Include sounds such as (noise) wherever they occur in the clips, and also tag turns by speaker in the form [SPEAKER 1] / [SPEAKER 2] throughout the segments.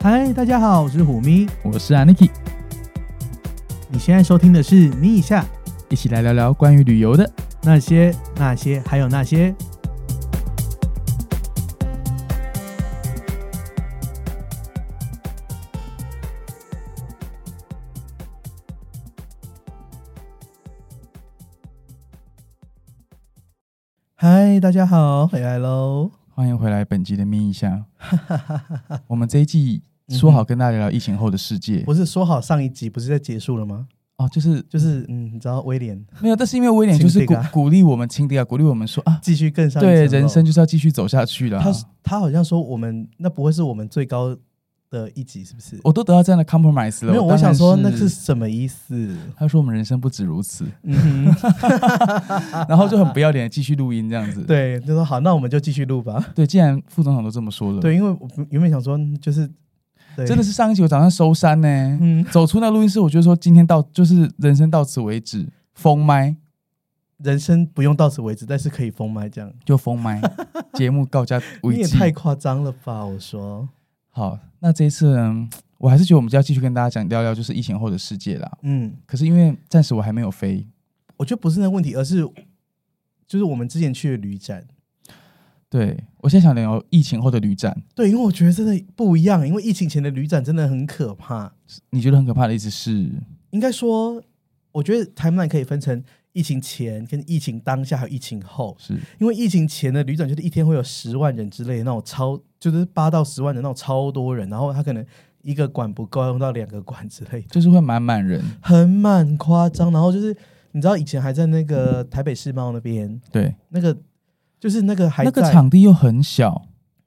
[SPEAKER 1] 嗨，大家好，我是虎咪。
[SPEAKER 2] 我是 Aniki，
[SPEAKER 1] 你现在收听的是《咪一下
[SPEAKER 2] 一起来聊聊关于旅游的。
[SPEAKER 1] 那些那些还有那些》。嗨，大家好，回来喽！
[SPEAKER 2] 欢迎回来本集的咪一 (laughs) 下，我们这一季说好跟大家聊聊疫情后的世界、
[SPEAKER 1] 不是说好上一集不是在结束了吗？
[SPEAKER 2] 哦，就是
[SPEAKER 1] 就是嗯，你知道威廉
[SPEAKER 2] 没有，但是因为威廉就是
[SPEAKER 1] 亲
[SPEAKER 2] 鼓
[SPEAKER 1] 定啊
[SPEAKER 2] 鼓励我们亲弟啊，鼓励我们说啊，
[SPEAKER 1] 继续更上一
[SPEAKER 2] 对，
[SPEAKER 1] 层楼
[SPEAKER 2] 人生就是要继续走下去的、
[SPEAKER 1] 他他好像说我们那不会是我们最高的一集，是不是？
[SPEAKER 2] 我都得到这样的 compromise 了，
[SPEAKER 1] 没有，我
[SPEAKER 2] 当然
[SPEAKER 1] 想说那是
[SPEAKER 2] 是
[SPEAKER 1] 什么意思？
[SPEAKER 2] 他说我们人生不止如此，
[SPEAKER 1] 嗯哼，
[SPEAKER 2] (laughs) 然后就很不要脸地继续录音这 (laughs) 样子。
[SPEAKER 1] (laughs) 对，就说好，那我们就继续录吧。
[SPEAKER 2] 对，既然副总统都这么说了，，
[SPEAKER 1] 对，因为我原本想说就是，对
[SPEAKER 2] 嗯真的是上一集我早上收山呢、
[SPEAKER 1] 嗯，
[SPEAKER 2] 走出那录音室，我就说今天到就是人生到此为止，封麦
[SPEAKER 1] 人生不用到此为止，但是可以封麦这样。
[SPEAKER 2] 就
[SPEAKER 1] (laughs)
[SPEAKER 2] 封麦，节目告假
[SPEAKER 1] 你
[SPEAKER 2] 为
[SPEAKER 1] 也
[SPEAKER 2] 止。
[SPEAKER 1] 太夸张了吧！我说，
[SPEAKER 2] 好，那这一次呢，我还是觉得我们就要继续跟大家讲聊聊就是疫情后的世界啦。
[SPEAKER 1] 嗯，
[SPEAKER 2] 可是因为暂时我还没有飞，
[SPEAKER 1] 我觉得不是那个问题，而是就是我们之前去的旅展，
[SPEAKER 2] 对我现在想聊疫情后的旅展，
[SPEAKER 1] 对，因为我觉得真的不一样，因为疫情前的旅展真的很可怕。
[SPEAKER 2] 你觉得很可怕的意思是，
[SPEAKER 1] 应该说，我觉得 timeline 可以分成疫情前、跟疫情当下还有疫情后。
[SPEAKER 2] 是
[SPEAKER 1] 因为疫情前的旅展就是一天会有十万人之类的那种超，就是八到十万人那种超多人，然后他可能一个馆不够，要用到两个馆之类的，
[SPEAKER 2] 就是会满满人，
[SPEAKER 1] 很满夸张。然后就是你知道以前还在那个台北世贸那边，
[SPEAKER 2] 对，
[SPEAKER 1] 那个就是那个还
[SPEAKER 2] 那
[SPEAKER 1] 在
[SPEAKER 2] 个场地又很小，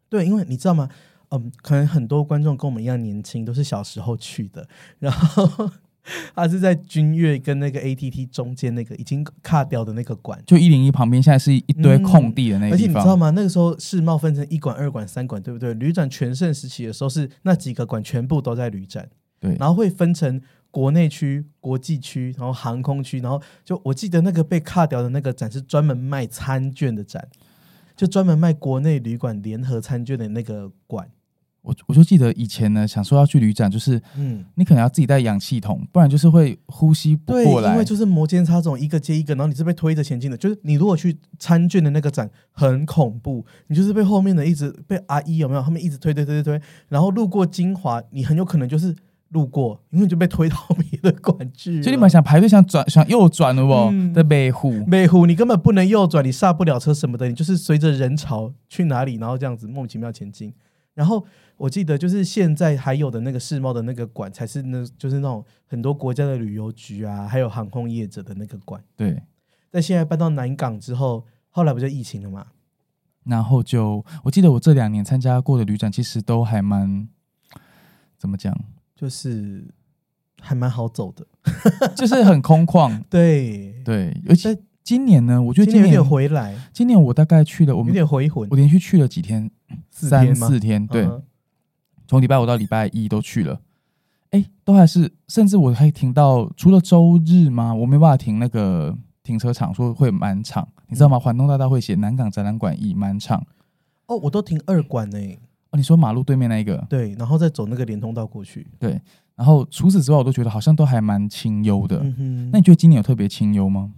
[SPEAKER 1] 对，因为你知道吗？嗯，可能很多观众跟我们一样年轻，都是小时候去的，然后 (laughs) 他是在君悦跟那个 ATT 中间那个已经卡掉的那个馆。
[SPEAKER 2] 就一零一旁边现在是一堆空地的那个
[SPEAKER 1] 嗯而且
[SPEAKER 2] 地
[SPEAKER 1] 你
[SPEAKER 2] 方
[SPEAKER 1] 知，道吗？那个时候世贸分成一馆、二馆、三馆，对不对？旅展全盛时期的时候，是那几个馆全部都在旅展，
[SPEAKER 2] 对，
[SPEAKER 1] 然后会分成国内区、国际区，然后航空区，然后就我记得那个被卡掉的那个展是专门卖餐券的展，就专门卖国内旅馆联合餐券的那个馆。
[SPEAKER 2] 我我就记得以前呢，想说要去旅展，就是
[SPEAKER 1] 嗯，
[SPEAKER 2] 你可能要自己带氧气筒，不然就是会呼吸不
[SPEAKER 1] 对，
[SPEAKER 2] 过来。
[SPEAKER 1] 因为就是摩肩擦踵，一个接一个，然后你是被推着前进的。就是你如果去参券的那个展，很恐怖，你就是被后面的一直被阿姨有没有？他们一直推推推推推，然后路过金华，你很有可能就是路过，因为你就被推到别的馆去了。
[SPEAKER 2] 所以你们想排队想转想右转了不？
[SPEAKER 1] 嗯
[SPEAKER 2] 在北湖，
[SPEAKER 1] 美湖，你根本不能右转，你刹不了车什么的，你就是随着人潮去哪里，然后这样子莫名其妙前进。然后我记得就是现在还有的那个世贸的那个馆，才是那就是那种很多国家的旅游局啊，还有航空业者的那个馆。
[SPEAKER 2] 对，
[SPEAKER 1] 但现在搬到南港之后，后来不就疫情了嘛？
[SPEAKER 2] 然后就我记得我这两年参加过的旅展，其实都还蛮
[SPEAKER 1] (laughs)
[SPEAKER 2] 怎么讲，
[SPEAKER 1] 就是还蛮好走的。。
[SPEAKER 2] 就是很空旷
[SPEAKER 1] 对，
[SPEAKER 2] 对，而且今年呢，我觉得
[SPEAKER 1] 今
[SPEAKER 2] 今
[SPEAKER 1] 年有
[SPEAKER 2] 年
[SPEAKER 1] 点回来，
[SPEAKER 2] 今年我大概去了，我
[SPEAKER 1] 有
[SPEAKER 2] 们
[SPEAKER 1] 点回魂
[SPEAKER 2] 我。连续去了几天，
[SPEAKER 1] 四
[SPEAKER 2] 三
[SPEAKER 1] 天吗
[SPEAKER 2] 四天，对，
[SPEAKER 1] 嗯
[SPEAKER 2] 从礼拜五到礼拜一都去了。哎，都还是，甚至我还停到除了周日吗？我没办法停那个停车场，说会满场，你知道
[SPEAKER 1] 嗯
[SPEAKER 2] 吗？环东大道会写南港展览馆已满场。
[SPEAKER 1] 哦，我都停二馆呢、
[SPEAKER 2] 哦，你说马路对面那一个？
[SPEAKER 1] 对，然后再走那个连通道过去。
[SPEAKER 2] 然后除此之外，我都觉得好像都还蛮清幽的。
[SPEAKER 1] 嗯哼，
[SPEAKER 2] 啊那你觉得今年有特别清幽吗？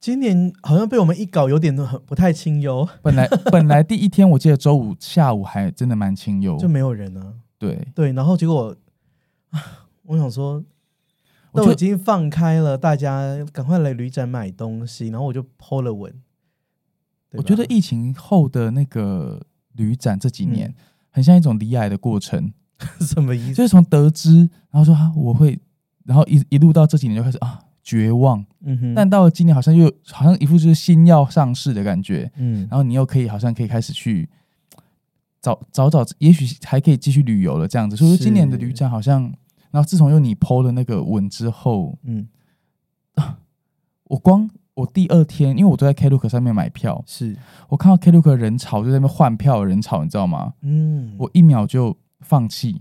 [SPEAKER 1] 今年好像被我们一搞，有点很不太清幽，(laughs)
[SPEAKER 2] 本来本来第一天我记得周五下午还真的蛮清幽，
[SPEAKER 1] 就没有人啊。
[SPEAKER 2] 对，
[SPEAKER 1] 对，然后结果，啊我想说，
[SPEAKER 2] 我
[SPEAKER 1] 都
[SPEAKER 2] 就
[SPEAKER 1] 已经放开了，大家赶快来旅展买东西，然后我就 po 了文。对
[SPEAKER 2] 我
[SPEAKER 1] 吧
[SPEAKER 2] 觉得疫情后的那个旅展这几年、
[SPEAKER 1] 嗯
[SPEAKER 2] 很像一种离癌的过程，
[SPEAKER 1] (laughs) 什么意思？
[SPEAKER 2] 就是从得知，然后说啊我会，然后一一路到这几年就开始啊绝望，
[SPEAKER 1] 嗯哼，
[SPEAKER 2] 但到了今年好像又好像一副就是新药上市的感觉，
[SPEAKER 1] 嗯
[SPEAKER 2] 然后你又可以好像可以开始去早早早，也许还可以继续旅游了这样子。所以说今年的
[SPEAKER 1] 是
[SPEAKER 2] 旅展好像，然后自从有你 PO 的那个文之后，
[SPEAKER 1] 嗯，
[SPEAKER 2] 我光我第二天，因为我都在 Klook 上面买票，
[SPEAKER 1] 是，
[SPEAKER 2] 我看到 Klook 的人潮就在那边换票的人潮，你知道吗？
[SPEAKER 1] 嗯，
[SPEAKER 2] 我一秒就放弃，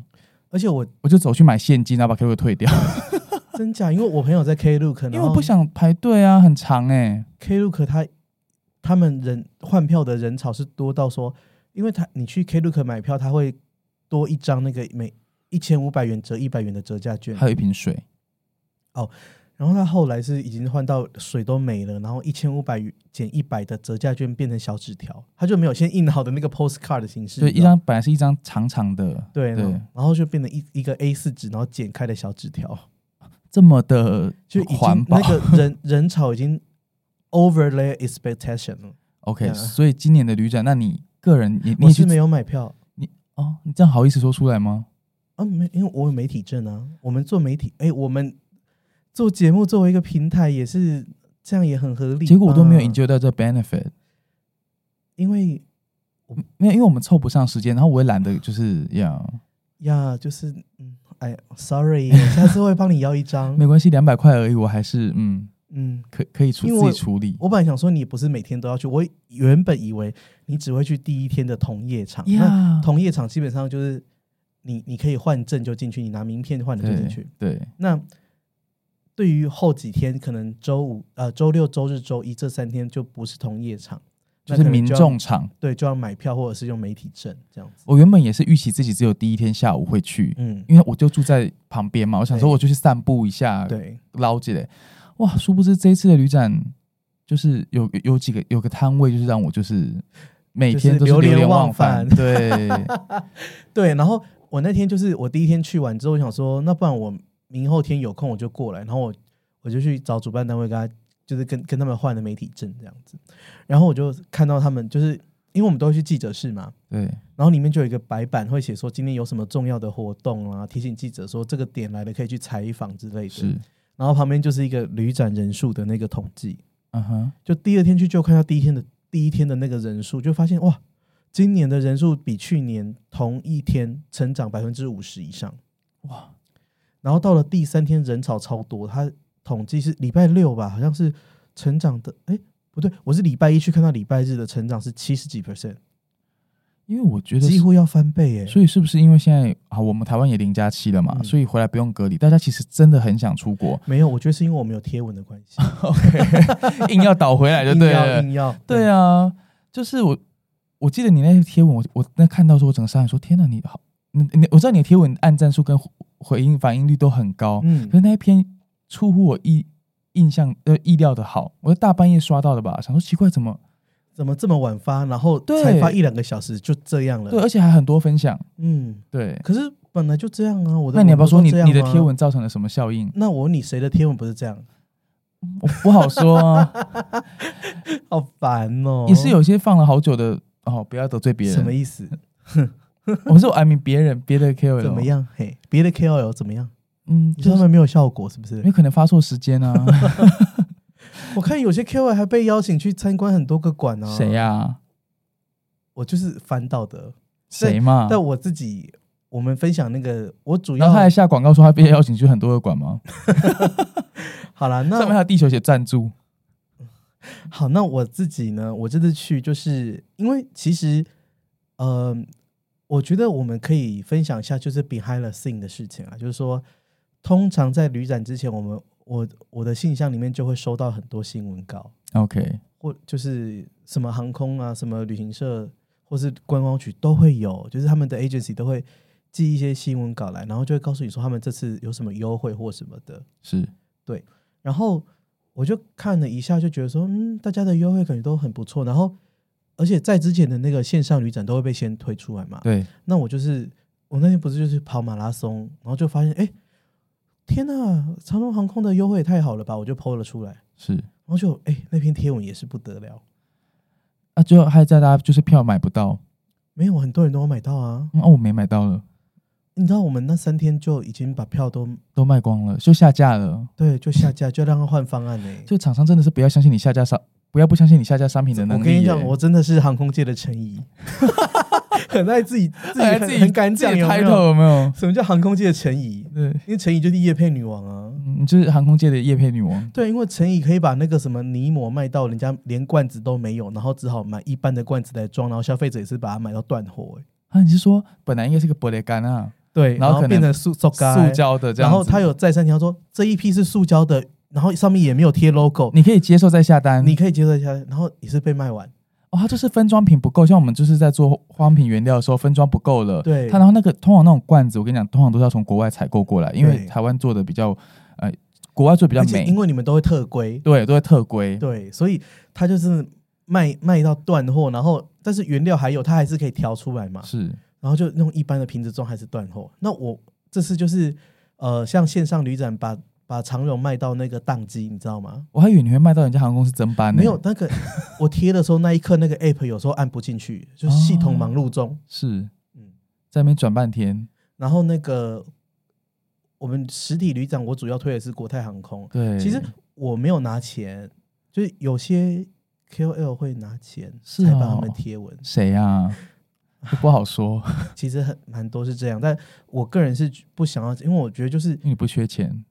[SPEAKER 1] 而且我
[SPEAKER 2] 我就走去买现金，然后把 Klook 退掉，
[SPEAKER 1] 哦真假，因为我朋友在 Klook，然
[SPEAKER 2] 因为
[SPEAKER 1] 后
[SPEAKER 2] 我不想排队啊，很长哎、
[SPEAKER 1] Klook 他他们人换票的人潮是多到说，因为他你去 Klook 买票，他会多一张那个每一千五百元折一百元的折价券，
[SPEAKER 2] 还有一瓶水，
[SPEAKER 1] 然后他后来是已经换到水都没了，然后一千五百减一百的折价券变成小纸条，他就没有先印好的那个 postcard 的形式，
[SPEAKER 2] 所以
[SPEAKER 1] 你
[SPEAKER 2] 一
[SPEAKER 1] 知道吗
[SPEAKER 2] 张本来是一张长长的，
[SPEAKER 1] 对，然后
[SPEAKER 2] 对
[SPEAKER 1] 然后就变成一一个 A 四纸，然后剪开的小纸条，
[SPEAKER 2] 这么的
[SPEAKER 1] 就已经
[SPEAKER 2] 环保
[SPEAKER 1] 那。个
[SPEAKER 2] (laughs)
[SPEAKER 1] 人人潮已经 overlay expectation 了。
[SPEAKER 2] OK，、
[SPEAKER 1] Yeah
[SPEAKER 2] 所以今年的旅展，那你个人你你
[SPEAKER 1] 我
[SPEAKER 2] 也去
[SPEAKER 1] 是没有买票
[SPEAKER 2] 哦，你这样好意思说出来吗？
[SPEAKER 1] 啊，没，因为我有媒体证啊，我们做媒体，哎，我们做节目作为一个平台也是这样也很合理吧，
[SPEAKER 2] 结果我都没有研究到这 benefit，
[SPEAKER 1] 因为
[SPEAKER 2] 没有，因为我们凑不上时间，然后我也懒得就是呀
[SPEAKER 1] 呀，就是嗯，哎，sorry，我下次会帮你要一张
[SPEAKER 2] 没。关系，两百块而已，我还是嗯，
[SPEAKER 1] (laughs) 嗯，
[SPEAKER 2] 可可以处
[SPEAKER 1] 因为
[SPEAKER 2] 自
[SPEAKER 1] 我
[SPEAKER 2] 己处理。
[SPEAKER 1] 我本来想说你不是每天都要去，我原本以为你只会去第一天的同业场。那
[SPEAKER 2] 呀，
[SPEAKER 1] 同业场基本上就是你你可以换证就进去，你拿名片换的就进去
[SPEAKER 2] 对。对，
[SPEAKER 1] 那对于后几天，可能周五、呃周六、周日、周一这三天就不是同业场，
[SPEAKER 2] 就
[SPEAKER 1] 那
[SPEAKER 2] 是
[SPEAKER 1] 可能
[SPEAKER 2] 民
[SPEAKER 1] 要
[SPEAKER 2] 众场。
[SPEAKER 1] 对就要买票或者是用媒体证这样子。
[SPEAKER 2] 我原本也是预期自己只有第一天下午会去，
[SPEAKER 1] 嗯，
[SPEAKER 2] 因为我就住在旁边嘛，我想说
[SPEAKER 1] 对
[SPEAKER 2] 我就去散步一下，
[SPEAKER 1] 对，
[SPEAKER 2] 捞起来。哇，殊不知这一次的旅展，就是有有有几个有个摊位，就是让我就是每天都是
[SPEAKER 1] 就是流连
[SPEAKER 2] 连
[SPEAKER 1] 忘
[SPEAKER 2] 返。
[SPEAKER 1] 返 (laughs)
[SPEAKER 2] 对，
[SPEAKER 1] 对，然后我那天就是我第一天去完之后，我想说，那不然我明后天有空我就过来，然后我我就去找主办单位跟他，就是跟跟他们换了媒体证这样子，然后我就看到他们，就是因为我们都会去记者室嘛，
[SPEAKER 2] 对，
[SPEAKER 1] 然后里面就有一个白板会写说今天有什么重要的活动啊，提醒记者说这个点来了可以去采访之类的，
[SPEAKER 2] 是，
[SPEAKER 1] 然后旁边就是一个旅展人数的那个统计，
[SPEAKER 2] 嗯哼，
[SPEAKER 1] 就第二天去就看到第一天的第一天的那个人数，就发现哇，今年的人数比去年同一天成长百分之五十以上。
[SPEAKER 2] 哇，
[SPEAKER 1] 然后到了第三天人潮超多，他统计是礼拜六吧，好像是成长的，哎、不对，我是礼拜一去看到礼拜日的成长是七十几 percent，
[SPEAKER 2] 因为我觉得
[SPEAKER 1] 几
[SPEAKER 2] 是。
[SPEAKER 1] 乎要翻倍哎、
[SPEAKER 2] 所以是不是因为现在啊，我们台湾也零加七了嘛，
[SPEAKER 1] 嗯
[SPEAKER 2] 所以回来不用隔离，大家其实真的很想
[SPEAKER 1] (laughs)
[SPEAKER 2] 出国
[SPEAKER 1] 没有，我觉得是因为我们有贴文的关
[SPEAKER 2] (laughs)
[SPEAKER 1] 系，
[SPEAKER 2] ，OK，硬要倒回来就
[SPEAKER 1] 硬
[SPEAKER 2] 哎对
[SPEAKER 1] 要
[SPEAKER 2] 了。
[SPEAKER 1] 硬要，
[SPEAKER 2] 对啊，就是我，我记得你那些贴文，我我那看到说，我整个傻眼，说天哪，你好，你你，我知道你的贴文按赞数跟回回应反应率都很高，
[SPEAKER 1] 嗯
[SPEAKER 2] 可是，那一篇出乎我意印象呃意料的好，我是大半夜刷到的吧，想说奇怪怎么
[SPEAKER 1] 怎么这么晚发，然后
[SPEAKER 2] 对
[SPEAKER 1] 才发一两个小时就这样
[SPEAKER 2] 对，
[SPEAKER 1] 了，
[SPEAKER 2] 而且还很多分享，
[SPEAKER 1] 嗯，
[SPEAKER 2] 对。
[SPEAKER 1] 可是本来就这样啊，我的
[SPEAKER 2] 那你要不要
[SPEAKER 1] 我
[SPEAKER 2] 说
[SPEAKER 1] 都
[SPEAKER 2] 你
[SPEAKER 1] 这样
[SPEAKER 2] 你的
[SPEAKER 1] 啊
[SPEAKER 2] 贴文造成了什么效应？
[SPEAKER 1] 那我问你谁的贴文不是这样？ (laughs)
[SPEAKER 2] 我不好说啊，
[SPEAKER 1] 好烦哦、
[SPEAKER 2] 也是有些放了好久的哦，不要得罪别人。
[SPEAKER 1] 什么意思？
[SPEAKER 2] 我是我 I mean 别人别的 KOL
[SPEAKER 1] 怎么？样？嘿，别的 KOL 怎么样？
[SPEAKER 2] 嗯，
[SPEAKER 1] 你说
[SPEAKER 2] 就
[SPEAKER 1] 他
[SPEAKER 2] 是
[SPEAKER 1] 们没有效果是不是
[SPEAKER 2] 因？为可能发错时间啊。
[SPEAKER 1] 我看有些 KOL 还被邀请去参观很多个馆呢、
[SPEAKER 2] (laughs) 谁、啊呀？
[SPEAKER 1] 我就是翻到的，
[SPEAKER 2] 谁嘛？
[SPEAKER 1] 但我自己我们分享那个，我主
[SPEAKER 2] 啊然后他还
[SPEAKER 1] 要
[SPEAKER 2] 下广告说他被邀请去很多个馆吗？
[SPEAKER 1] 好啦，
[SPEAKER 2] 上面还
[SPEAKER 1] 那
[SPEAKER 2] 有地球写赞助。
[SPEAKER 1] 好，那我自己呢？我这次去就是因为其实，呃，我觉得我们可以分享一下就是 behind the scene 的事情啊，就是说，通常在旅展之前，我们我我的信箱里面就会收到很多新闻稿。
[SPEAKER 2] OK，
[SPEAKER 1] 或就是什么航空啊、什么旅行社或是观光局都会有，就是他们的 agency 都会寄一些新闻稿来，然后就会告诉你说他们这次有什么优惠或什么的。
[SPEAKER 2] 是
[SPEAKER 1] 然后我就看了一下，就觉得说，嗯，大家的优惠感觉都很不错。然后，而且在之前的那个线上旅展都会被先推出来嘛。
[SPEAKER 2] 对，
[SPEAKER 1] 那我就是我那天不是就是跑马拉松，然后就发现，哎，天呐，长龙航空的优惠也太好了吧！我就 PO 了出来，
[SPEAKER 2] 是
[SPEAKER 1] 然后就哎那篇贴文也是不得了。
[SPEAKER 2] 啊，最后还在大家就是票买不到，
[SPEAKER 1] 没有，很多人都有买到啊。
[SPEAKER 2] 嗯、哦，我没买到了，
[SPEAKER 1] 你知道我们那三天就已经把票都
[SPEAKER 2] 都卖光了，就下架了。
[SPEAKER 1] 对，就下架，就让他换方案呢、欸
[SPEAKER 2] 就厂商真的是不要相信你下架商不要不相信你下架商品的能
[SPEAKER 1] 我
[SPEAKER 2] 力
[SPEAKER 1] 跟
[SPEAKER 2] 耶。
[SPEAKER 1] 你讲，我真的是航空界的陈怡， (laughs) 很爱自己自己
[SPEAKER 2] 哎
[SPEAKER 1] 很
[SPEAKER 2] 自己
[SPEAKER 1] 很敢讲，
[SPEAKER 2] 自己
[SPEAKER 1] 有没
[SPEAKER 2] title
[SPEAKER 1] 有？
[SPEAKER 2] 有没有？
[SPEAKER 1] 什么叫航空界的陈怡？
[SPEAKER 2] 对，
[SPEAKER 1] 因为陈怡就是夜配女王啊。
[SPEAKER 2] 嗯你就是航空界的叶配女王。
[SPEAKER 1] 对，因为陈怡可以把那个什么泥膜卖到人家连罐子都没有，然后只好买一般的罐子来装，然后消费者也是把它买到断货、欸。
[SPEAKER 2] 啊，你是说本来应该是个玻璃干啊，
[SPEAKER 1] 对，
[SPEAKER 2] 然后
[SPEAKER 1] 然后
[SPEAKER 2] 可能
[SPEAKER 1] 变成塑塑
[SPEAKER 2] 塑，胶的这样
[SPEAKER 1] 然后
[SPEAKER 2] 子，
[SPEAKER 1] 他有再三强调说这一批是塑胶的，然后上面也没有贴 logo，
[SPEAKER 2] 你可以接受再下单。
[SPEAKER 1] 你可以接受一下，然后也是被卖完。
[SPEAKER 2] 哦，它就是分装品不够，像我们就是在做化妆品原料的时候，分装不够了。
[SPEAKER 1] 对
[SPEAKER 2] 它然后那个通常那种罐子，我跟你讲，通常都是要从国外采购过来，因为
[SPEAKER 1] 对
[SPEAKER 2] 台湾做的比较，呃，国外做比较
[SPEAKER 1] 而且
[SPEAKER 2] 美
[SPEAKER 1] 因，为你们都会特规，
[SPEAKER 2] 对，都会特规。
[SPEAKER 1] 对，所以他就是卖卖到断货，然后但是原料还有，他还是可以调出来嘛，
[SPEAKER 2] 是，
[SPEAKER 1] 然后就用一般的瓶子装还是断货。那我这次就是呃，像线上旅展把把长绒卖到那个宕机，你知道吗？
[SPEAKER 2] 我还以为你会卖到人家航空公司增班呢。
[SPEAKER 1] 没有那个我贴的时候那一刻，那个 app 有时候按不进去，就是系统忙碌
[SPEAKER 2] 哦
[SPEAKER 1] 中，
[SPEAKER 2] 是，
[SPEAKER 1] 嗯，
[SPEAKER 2] 在那边转半天。
[SPEAKER 1] 然后那个。我们实体旅展，我主要推的是国泰航空。
[SPEAKER 2] 对，
[SPEAKER 1] 其实我没有拿钱，就是有些 KOL 会拿钱
[SPEAKER 2] 是
[SPEAKER 1] 才帮他
[SPEAKER 2] 哦
[SPEAKER 1] 们贴文，
[SPEAKER 2] 谁呀、啊？这不好说， (laughs)
[SPEAKER 1] 其实很蛮多是这样，但我个人是不想要，因为我觉得
[SPEAKER 2] (laughs)
[SPEAKER 1] 就是
[SPEAKER 2] 因为你不缺钱，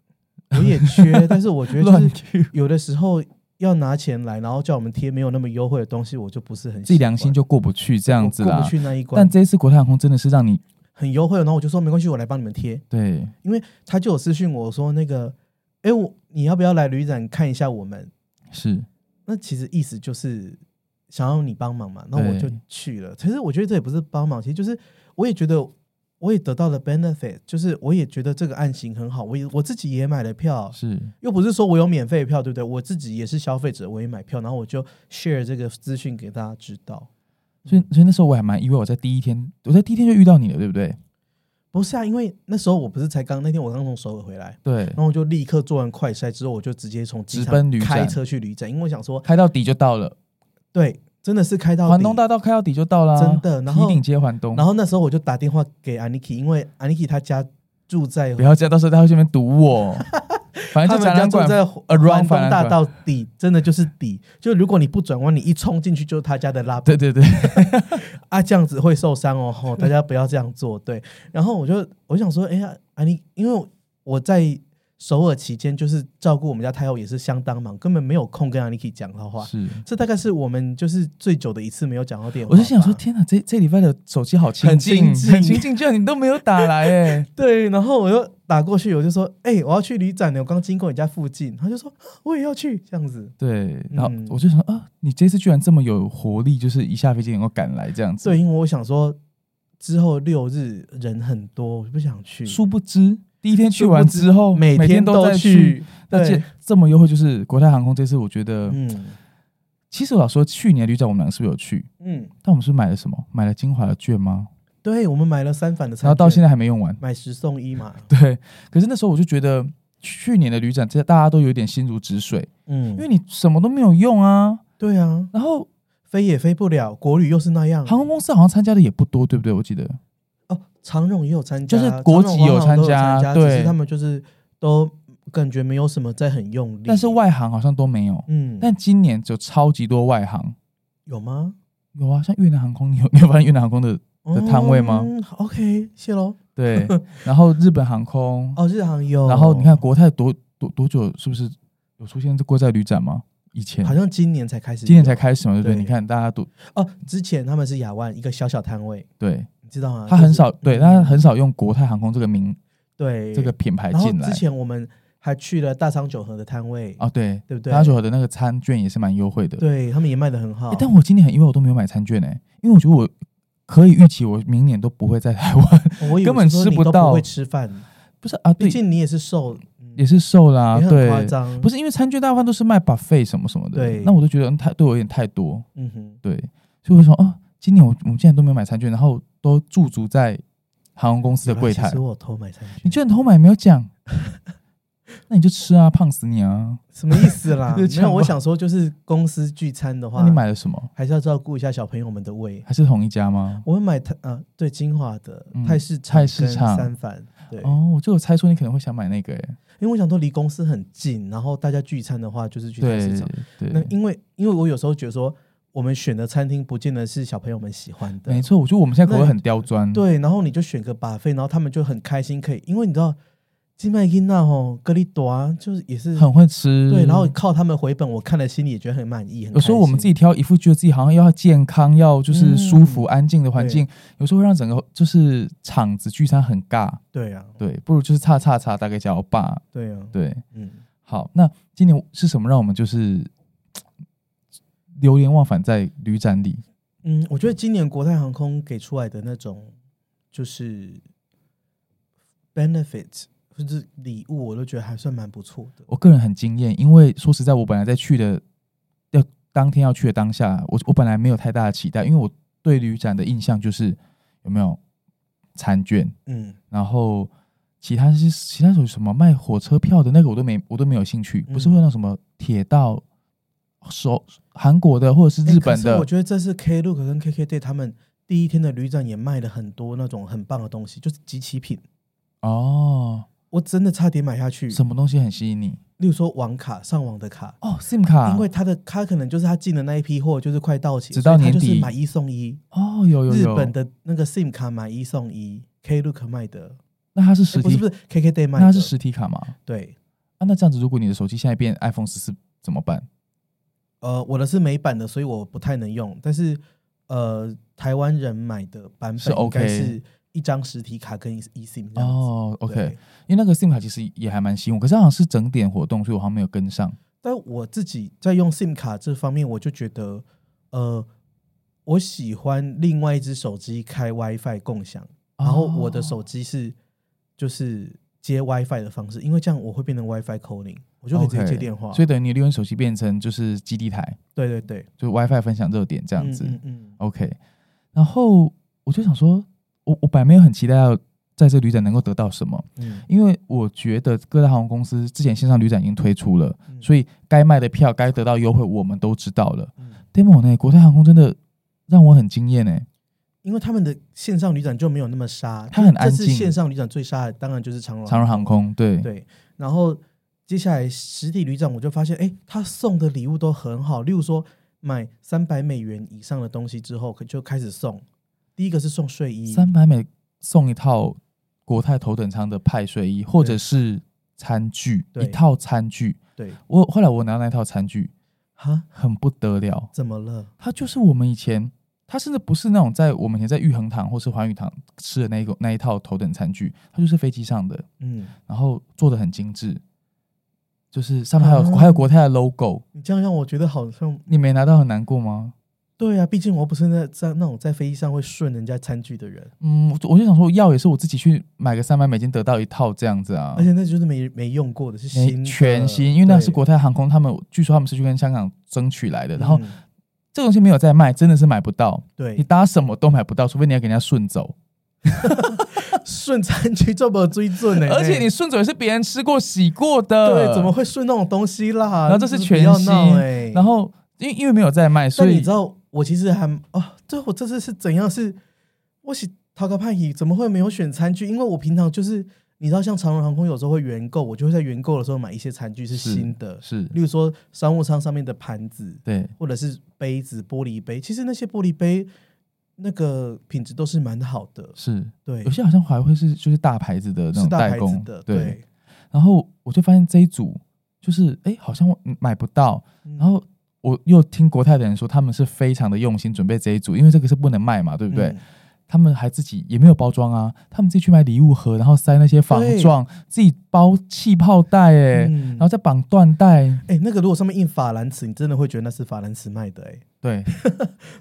[SPEAKER 1] 我也缺，但是我觉得就是
[SPEAKER 2] 乱
[SPEAKER 1] (laughs)
[SPEAKER 2] 丢，
[SPEAKER 1] 有的时候要拿钱来，然后叫我们贴没有那么优惠的东西，我就不是很
[SPEAKER 2] 自己良心就过不去这
[SPEAKER 1] 这
[SPEAKER 2] 样子
[SPEAKER 1] 过
[SPEAKER 2] 啦
[SPEAKER 1] 不。去那一关
[SPEAKER 2] 但。这一次国泰航空真的是让你
[SPEAKER 1] 很优惠，然后我就说没关系，我来帮你们贴。
[SPEAKER 2] 对
[SPEAKER 1] 因为他就有私讯我说那个，哎、我你要不要来旅展看一下我们？
[SPEAKER 2] 是
[SPEAKER 1] 那其实意思就是想要你帮忙嘛，那我
[SPEAKER 2] 对
[SPEAKER 1] 就去了。其实我觉得这也不是帮忙，其实就是我也觉得我也得到了 benefit，就是我也觉得这个案型很好，我也我自己也买了票，
[SPEAKER 2] 是，
[SPEAKER 1] 又不是说我有免费票，对不对？我自己也是消费者，我也买票，然后我就 share 这个资讯给大家知道。
[SPEAKER 2] 所以所以那时候我还蛮意外，我在第一天我在第一天就遇到你了，对不对？
[SPEAKER 1] 不是啊，因为那时候我不是才刚那天我刚从首尔回来，
[SPEAKER 2] 对
[SPEAKER 1] 然，后我就立刻做完快筛之后，我就直接从机
[SPEAKER 2] 直
[SPEAKER 1] 场
[SPEAKER 2] 奔旅展
[SPEAKER 1] 开车去旅展，因为我想说，
[SPEAKER 2] 开到底就到了，
[SPEAKER 1] 对，真的是开到
[SPEAKER 2] 环
[SPEAKER 1] 底
[SPEAKER 2] 东大道开到底就到啦，
[SPEAKER 1] 真的然后
[SPEAKER 2] 提顶街环东，
[SPEAKER 1] 然后那时候我就打电话给 Aniki，因为 Aniki 他家住在
[SPEAKER 2] 不要这样，到时候他会这边堵
[SPEAKER 1] (laughs)
[SPEAKER 2] 我。反
[SPEAKER 1] 他们
[SPEAKER 2] 正就展
[SPEAKER 1] 家
[SPEAKER 2] 览
[SPEAKER 1] 住
[SPEAKER 2] 馆
[SPEAKER 1] 在环
[SPEAKER 2] around
[SPEAKER 1] 东大
[SPEAKER 2] 展览馆，
[SPEAKER 1] 道底，真的就是底。就如果你不转弯，你一冲进去就是他家的拉
[SPEAKER 2] 对对对，
[SPEAKER 1] 啊，这样子会受伤哦，
[SPEAKER 2] (laughs)
[SPEAKER 1] 吼，大家不要这样做。对，然后我就我想说，哎呀，Aniki，因为我在首尔期间就是照顾我们家太后也是相当忙，根本没有空跟 Aniki 讲到话。
[SPEAKER 2] 是。
[SPEAKER 1] 这大概是我们就是最久的一次没有讲到电话吧。
[SPEAKER 2] 我就想说，天哪，这这礼拜的手机好亲近，
[SPEAKER 1] 很亲近。
[SPEAKER 2] 很亲近，居然你都没有打 (laughs) 来哎
[SPEAKER 1] 对，然后我又打过去，我就说：“哎、我要去旅展了，我刚经过你家附近。”他就说：“我也要去。”这样子。
[SPEAKER 2] 对，然后
[SPEAKER 1] 嗯
[SPEAKER 2] 我就想啊，你这次居然这么有活力，就是一下飞机能够赶来这样子。
[SPEAKER 1] 对，因为我想说之后六日人很多，我就不想去。
[SPEAKER 2] 殊不知第一天去完之后，
[SPEAKER 1] 每
[SPEAKER 2] 每天
[SPEAKER 1] 都
[SPEAKER 2] 在去，
[SPEAKER 1] 去，
[SPEAKER 2] 而
[SPEAKER 1] 对
[SPEAKER 2] 且，这么优惠，就是国泰航空这次，我觉得，
[SPEAKER 1] 嗯
[SPEAKER 2] 其实我老说去年的旅展我们两个是不是有去？
[SPEAKER 1] 嗯，
[SPEAKER 2] 但我们是买了什么？买了精华的券吗？
[SPEAKER 1] 对，我们买了三反的餐券，
[SPEAKER 2] 然后到现在还没用完。 (laughs)
[SPEAKER 1] 买十送一嘛。
[SPEAKER 2] 对，可是那时候我就觉得去年的旅展，这大家都有点心如止水，
[SPEAKER 1] 嗯，
[SPEAKER 2] 因为你什么都没有用啊。
[SPEAKER 1] 对啊，
[SPEAKER 2] 然后
[SPEAKER 1] 飞也飞不了，国旅又是那样。
[SPEAKER 2] 航空公司好像参加的也不多，对不对？我记得
[SPEAKER 1] 哦，长荣也有参加，
[SPEAKER 2] 就是国籍有参
[SPEAKER 1] 参
[SPEAKER 2] 加
[SPEAKER 1] 加，只
[SPEAKER 2] 对
[SPEAKER 1] 是他们就是都感觉没有什么在很用力。
[SPEAKER 2] 但是外航好像都没有。
[SPEAKER 1] 嗯，
[SPEAKER 2] 但今年就超级多外航，
[SPEAKER 1] 有吗？
[SPEAKER 2] 有啊，像越南航空，你有你有发现越南航空的的摊位吗
[SPEAKER 1] 嗯、？OK，谢喽。 (laughs)
[SPEAKER 2] 对，然后日本航空，
[SPEAKER 1] 哦，日航有。
[SPEAKER 2] 然后你看，国泰多多多久是不是有出现过在旅展吗？以前
[SPEAKER 1] 好像今年才开始有，
[SPEAKER 2] 今年才开始嘛，对不对？
[SPEAKER 1] 对
[SPEAKER 2] 你看大家都
[SPEAKER 1] 哦，之前他们是亚万一个小小摊位，
[SPEAKER 2] 对，
[SPEAKER 1] 你知道吗？
[SPEAKER 2] 他
[SPEAKER 1] 就是
[SPEAKER 2] 很少对，
[SPEAKER 1] 嗯
[SPEAKER 2] 他很少用国泰航空这个名
[SPEAKER 1] 对
[SPEAKER 2] 这个。品牌
[SPEAKER 1] 然后
[SPEAKER 2] 进来
[SPEAKER 1] 之前我们还去了大仓九和的摊位，
[SPEAKER 2] 哦，对，
[SPEAKER 1] 对不对
[SPEAKER 2] 大家九和的那个餐券也是蛮优惠的。
[SPEAKER 1] 对他们也卖的很好
[SPEAKER 2] 诶，。但我今年很意外，我都没有买餐券哎，因为我觉得我可以预期我明年都不会在台湾， (laughs)
[SPEAKER 1] 我以为
[SPEAKER 2] 根本
[SPEAKER 1] 是说
[SPEAKER 2] 吃
[SPEAKER 1] 你
[SPEAKER 2] 不
[SPEAKER 1] 都
[SPEAKER 2] 到
[SPEAKER 1] 会吃饭，
[SPEAKER 2] 不是啊？对
[SPEAKER 1] 毕，竟你也是瘦，嗯
[SPEAKER 2] 也是瘦啦，
[SPEAKER 1] 也很夸
[SPEAKER 2] 对，
[SPEAKER 1] 张。
[SPEAKER 2] 不
[SPEAKER 1] 是，
[SPEAKER 2] 是因为餐券大部分都是卖 buffet 什么什么的，
[SPEAKER 1] 对
[SPEAKER 2] 那我就觉得嗯太对我有点太多，
[SPEAKER 1] 嗯哼，
[SPEAKER 2] 对，所以我就说哦，今年我我们竟然都没有买餐券，然后都驻足在航空公司的柜
[SPEAKER 1] 有啦
[SPEAKER 2] 台
[SPEAKER 1] 啊其实，我有偷买餐券，
[SPEAKER 2] 你居然偷买没
[SPEAKER 1] (laughs)
[SPEAKER 2] 有讲，那你就吃啊，胖死你啊！
[SPEAKER 1] 什么意思
[SPEAKER 2] (laughs)
[SPEAKER 1] 啦？
[SPEAKER 2] 就是
[SPEAKER 1] 没
[SPEAKER 2] 这
[SPEAKER 1] 有，
[SPEAKER 2] 样吧
[SPEAKER 1] 我想说就是公司聚餐的
[SPEAKER 2] 那
[SPEAKER 1] 话，
[SPEAKER 2] 你买了什么？
[SPEAKER 1] 还是要照顾一下小朋友们的胃。
[SPEAKER 2] 还是同一家吗？
[SPEAKER 1] 呃我会买泰啊，对金华的
[SPEAKER 2] 嗯
[SPEAKER 1] 泰式
[SPEAKER 2] 菜市
[SPEAKER 1] 跟
[SPEAKER 2] 场
[SPEAKER 1] 三反，对，
[SPEAKER 2] 哦，我就有猜出你可能会想买那个、欸，
[SPEAKER 1] 因为我想说离公司很近，然后大家聚餐的话就是去菜市
[SPEAKER 2] 对
[SPEAKER 1] 场。那
[SPEAKER 2] 对，
[SPEAKER 1] 因为因为我有时候觉得说，我们选的餐厅不见得是小朋友们喜欢的
[SPEAKER 2] 没，错，我觉得我们现在口味很刁钻，，
[SPEAKER 1] 对，然后你就选个把费，然后他们就很开心，可以，因为你知道金麦金娜吼格里朵啊，就是也是
[SPEAKER 2] 很会吃，
[SPEAKER 1] 对，然后靠他们回本，我看了心里也觉得很满意，很
[SPEAKER 2] 有时候
[SPEAKER 1] 开
[SPEAKER 2] 我们
[SPEAKER 1] 心
[SPEAKER 2] 自己挑一副觉得自己好像要健康，要就是舒服、安静的环
[SPEAKER 1] 嗯
[SPEAKER 2] 境，有时候会让整个就是场子聚餐很尬。
[SPEAKER 1] 对啊，
[SPEAKER 2] 对，不如就是叉叉叉大概叫爸。
[SPEAKER 1] 对啊，
[SPEAKER 2] 对，
[SPEAKER 1] 嗯，
[SPEAKER 2] 好，那今年是什么让我们就是嘖流连忘返在旅展里？
[SPEAKER 1] 嗯，我觉得今年国泰航空给出来的那种就是 benefit 就是礼物，我都觉得还算蛮不错的。
[SPEAKER 2] 我个人很惊艳，因为说实在，我本来在去的要当天要去的当下，我我本来没有太大的期待，因为我对旅展的印象就是有没有餐券，
[SPEAKER 1] 嗯
[SPEAKER 2] 然后其他是其他有什么卖火车票的那个我都没我都没有兴趣，
[SPEAKER 1] 嗯
[SPEAKER 2] 不是会有那种什么铁道首韩国的或者是
[SPEAKER 1] 诶
[SPEAKER 2] 日
[SPEAKER 1] 可
[SPEAKER 2] 本
[SPEAKER 1] 是
[SPEAKER 2] 的，
[SPEAKER 1] 我觉得这次 Klook 跟 KKday 他们第一天的旅展也卖了很多那种很棒的东西，就是集齐品，
[SPEAKER 2] 哦，
[SPEAKER 1] 我真的差点买下去。
[SPEAKER 2] 什么东西很吸引你？
[SPEAKER 1] 例如说网卡、上网的卡，
[SPEAKER 2] 哦，SIM 卡，
[SPEAKER 1] 因为他的他可能就是他进的那一批货就是快到期，
[SPEAKER 2] 直到
[SPEAKER 1] 所以他
[SPEAKER 2] 年
[SPEAKER 1] 就是
[SPEAKER 2] 底
[SPEAKER 1] 买一送一。
[SPEAKER 2] 哦有有
[SPEAKER 1] 日
[SPEAKER 2] 有
[SPEAKER 1] 本，的那个 SIM 卡买一送一，Klook 卖的，
[SPEAKER 2] 那它是
[SPEAKER 1] 诶
[SPEAKER 2] 实
[SPEAKER 1] 哎不是
[SPEAKER 2] 体，
[SPEAKER 1] 不是 KKday 卖
[SPEAKER 2] 那
[SPEAKER 1] 的，
[SPEAKER 2] 它是实体卡吗？
[SPEAKER 1] 对，
[SPEAKER 2] 啊，那这样子，如果你的手机现在变 iPhone 十四怎么办？
[SPEAKER 1] 呃，我的是美版的，所以我不太能用。但是，呃，台湾人买的版
[SPEAKER 2] 是
[SPEAKER 1] 本应该
[SPEAKER 2] OK
[SPEAKER 1] 是一张实体卡跟一 eSIM 这样子。
[SPEAKER 2] 哦，OK，
[SPEAKER 1] 对
[SPEAKER 2] 因为那个 SIM 卡其实也还蛮吸引我，可是它好像是整点活动，所以我好像没有跟上。
[SPEAKER 1] 但我自己在用 SIM 卡这方面，我就觉得，呃，我喜欢另外一只手机开 WiFi 共享，然后我的
[SPEAKER 2] 哦
[SPEAKER 1] 手机是就是接 WiFi 的方式，因为这样我会变成 WiFi calling，我就可以直接
[SPEAKER 2] 哦 OK，
[SPEAKER 1] 接电话。
[SPEAKER 2] 所以等于你利用手机变成就是基地台，
[SPEAKER 1] 对对对，
[SPEAKER 2] 就是 WiFi 分享热点
[SPEAKER 1] 这
[SPEAKER 2] 这样子。
[SPEAKER 1] 嗯嗯
[SPEAKER 2] OK，然后我就想说，我我本来没有很期待要在这旅展能够得到什么，
[SPEAKER 1] 嗯
[SPEAKER 2] 因为我觉得各大航空公司之前线上旅展已经推出了，
[SPEAKER 1] 嗯
[SPEAKER 2] 所以该卖的票、该得到优惠我们都知道了。
[SPEAKER 1] 嗯
[SPEAKER 2] Demo 呢，国泰航空真的让我很惊艳呢。
[SPEAKER 1] 因为他们的线上旅展就没有那么杀，
[SPEAKER 2] 它很
[SPEAKER 1] 就是这
[SPEAKER 2] 安静
[SPEAKER 1] 次线上旅展最杀的当然就是长荣。
[SPEAKER 2] 长荣航空，对，
[SPEAKER 1] 对，然后接下来实体旅展我就发现，哎，他送的礼物都很好，例如说买三百美元以上的东西之后，可就开始送。第一个是送睡衣，
[SPEAKER 2] 三百美送一套国泰头等舱的派睡衣，或者是餐具，
[SPEAKER 1] 对
[SPEAKER 2] 一套餐具。
[SPEAKER 1] 对，
[SPEAKER 2] 我后来我拿那套餐具
[SPEAKER 1] 哈，
[SPEAKER 2] 很不得了，
[SPEAKER 1] 怎么了？
[SPEAKER 2] 它就是我们以前，它甚至不是那种在我们以前在玉衡堂或是环宇堂吃的那一个那一套头等餐具，它就是飞机上的，
[SPEAKER 1] 嗯，
[SPEAKER 2] 然后做的很精致，就是上面还有、
[SPEAKER 1] 啊
[SPEAKER 2] 还有国泰的 logo。
[SPEAKER 1] 你这样让我觉得好像
[SPEAKER 2] 你没拿到很难过吗？
[SPEAKER 1] 对啊，毕竟我又不是那在那种在飞机上会顺人家餐具的人，
[SPEAKER 2] 嗯，我就我就想说，要也是我自己去买个三百美金得到一套这样子啊，
[SPEAKER 1] 而且那就是没没用过的，是
[SPEAKER 2] 没
[SPEAKER 1] 新的
[SPEAKER 2] 全新，因为那是
[SPEAKER 1] 对
[SPEAKER 2] 国泰航空，他们据说他们是去跟香港争取来的，然后
[SPEAKER 1] 嗯
[SPEAKER 2] 这个东西没有在卖，真的是买不到，你
[SPEAKER 1] 对
[SPEAKER 2] 搭什么都买不到，除非你要给人家顺走，
[SPEAKER 1] 顺餐具这么追准呢、
[SPEAKER 2] 而且你顺走也是别人吃过洗过的，
[SPEAKER 1] (laughs) 对怎么？会顺那种东西啦？
[SPEAKER 2] 然后这是
[SPEAKER 1] 就是
[SPEAKER 2] 全
[SPEAKER 1] 不要
[SPEAKER 2] 新
[SPEAKER 1] 闹欸
[SPEAKER 2] 然后因因为没有在卖，所
[SPEAKER 1] 但你
[SPEAKER 2] 以
[SPEAKER 1] 知道，我其实还哦，这我这次是怎样？是我喜陶卡派伊怎么会没有选餐具？因为我平常就是你知道，像长荣航空有时候会原购，我就会在原购的时候买一些餐具是
[SPEAKER 2] 是
[SPEAKER 1] 新的，
[SPEAKER 2] 是
[SPEAKER 1] 例如说商务舱上面的盘子
[SPEAKER 2] 对
[SPEAKER 1] 或者是杯子、玻璃杯。其实那些玻璃杯那个品质都是蛮好的，
[SPEAKER 2] 是
[SPEAKER 1] 对
[SPEAKER 2] 有，些好像还会是就是大牌子的那
[SPEAKER 1] 是
[SPEAKER 2] 种
[SPEAKER 1] 大
[SPEAKER 2] 代
[SPEAKER 1] 牌
[SPEAKER 2] 工
[SPEAKER 1] 子的，对。
[SPEAKER 2] 然后我就发现这一组就是哎、诶好像我嗯买不到，
[SPEAKER 1] 嗯
[SPEAKER 2] 然后我又听国泰的人说他们是非常的用心准备这一组，因为这个是不能卖嘛，对不对？
[SPEAKER 1] 嗯
[SPEAKER 2] 他们还自己也没有包装啊，他们自己去买礼物盒，然后塞那些防撞，自己包气泡袋、欸，
[SPEAKER 1] 嗯
[SPEAKER 2] 然后再绑缎带，
[SPEAKER 1] 哎、那个如果上面印法兰瓷，你真的会觉得那是法兰瓷卖的、欸，
[SPEAKER 2] 对，
[SPEAKER 1] 哎，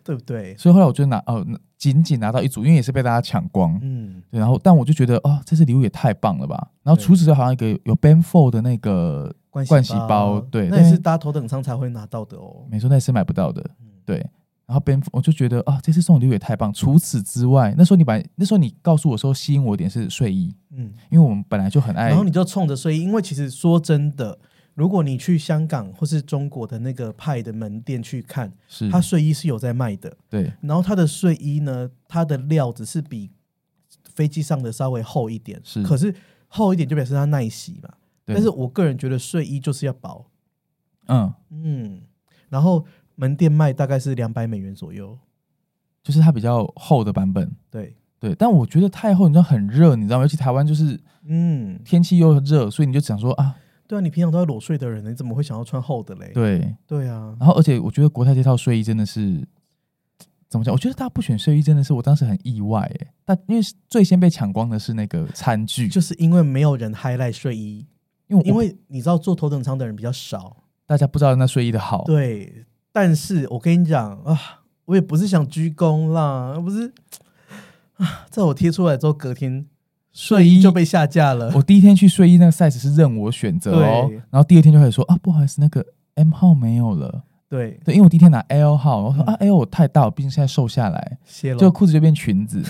[SPEAKER 1] 对不对？
[SPEAKER 2] 所以后来我就拿哦，仅仅拿到一组，因为也是被大家抢光。
[SPEAKER 1] 嗯，
[SPEAKER 2] 对，然后但我就觉得哦，这次礼物也太棒了吧！然后
[SPEAKER 1] 对
[SPEAKER 2] 除此之外，好像一个有 Ben Fold 的那个
[SPEAKER 1] 冠
[SPEAKER 2] 冠喜包对
[SPEAKER 1] 那也
[SPEAKER 2] 但
[SPEAKER 1] 是搭头等舱才会拿到的哦。
[SPEAKER 2] 美术那也是买不到的，
[SPEAKER 1] 嗯
[SPEAKER 2] 对。然后 Ben，Fold- 我就觉得啊、这次送礼物也太棒。除此之外，那时候你把那时候你告诉我说吸引我的点是睡衣，
[SPEAKER 1] 嗯，
[SPEAKER 2] 因为我们本来就很爱
[SPEAKER 1] 然后你就冲着睡衣，因为其实说真的，如果你去香港或是中国的那个派的门店去看，
[SPEAKER 2] 是
[SPEAKER 1] 它睡衣是有在卖的。
[SPEAKER 2] 对
[SPEAKER 1] 然后它的睡衣呢，它的料子是比飞机上的稍微厚一点，
[SPEAKER 2] 是
[SPEAKER 1] 可是厚一点就表示它耐洗嘛。
[SPEAKER 2] 对
[SPEAKER 1] 但是我个人觉得睡衣就是要薄，
[SPEAKER 2] 嗯，
[SPEAKER 1] 嗯，然后门店卖大概是两百美元左右，
[SPEAKER 2] 就是它比较厚的版本。
[SPEAKER 1] 对，
[SPEAKER 2] 对，但我觉得太厚，你知道很热，你知道吗？尤其台湾就是
[SPEAKER 1] 嗯，
[SPEAKER 2] 天气又热，所以你就想说啊，
[SPEAKER 1] 对啊，你平常都要裸睡的人，你怎么会想要穿厚的嘞？
[SPEAKER 2] 对。
[SPEAKER 1] 对啊，
[SPEAKER 2] 然后，而且我觉得国泰这套睡衣真的是怎么讲？我觉得大家不选睡衣真的是我当时很意外哎。但因为最先被抢光的是那个餐具，
[SPEAKER 1] 就是因为没有人 highlight 睡衣，
[SPEAKER 2] 因为我
[SPEAKER 1] 因为你知道坐头等舱的人比较少，
[SPEAKER 2] 大家不知道那睡衣的好。
[SPEAKER 1] 对。但是我跟你讲啊，我也不是想鞠躬啦，不是啊，在我贴出来之后，隔天
[SPEAKER 2] 睡
[SPEAKER 1] 衣
[SPEAKER 2] 衣
[SPEAKER 1] 就被下架了。
[SPEAKER 2] 我第一天去睡衣那个 size 是任我选择哦
[SPEAKER 1] 对，
[SPEAKER 2] 然后第二天就开始说啊，不好意思，那个 M 号没有了。
[SPEAKER 1] 对，
[SPEAKER 2] 对，因为我第一天拿 L 号，我说、
[SPEAKER 1] 嗯
[SPEAKER 2] 啊 L 我太大，我毕竟现在瘦下来，
[SPEAKER 1] 谢了。
[SPEAKER 2] 就裤子就变裙子。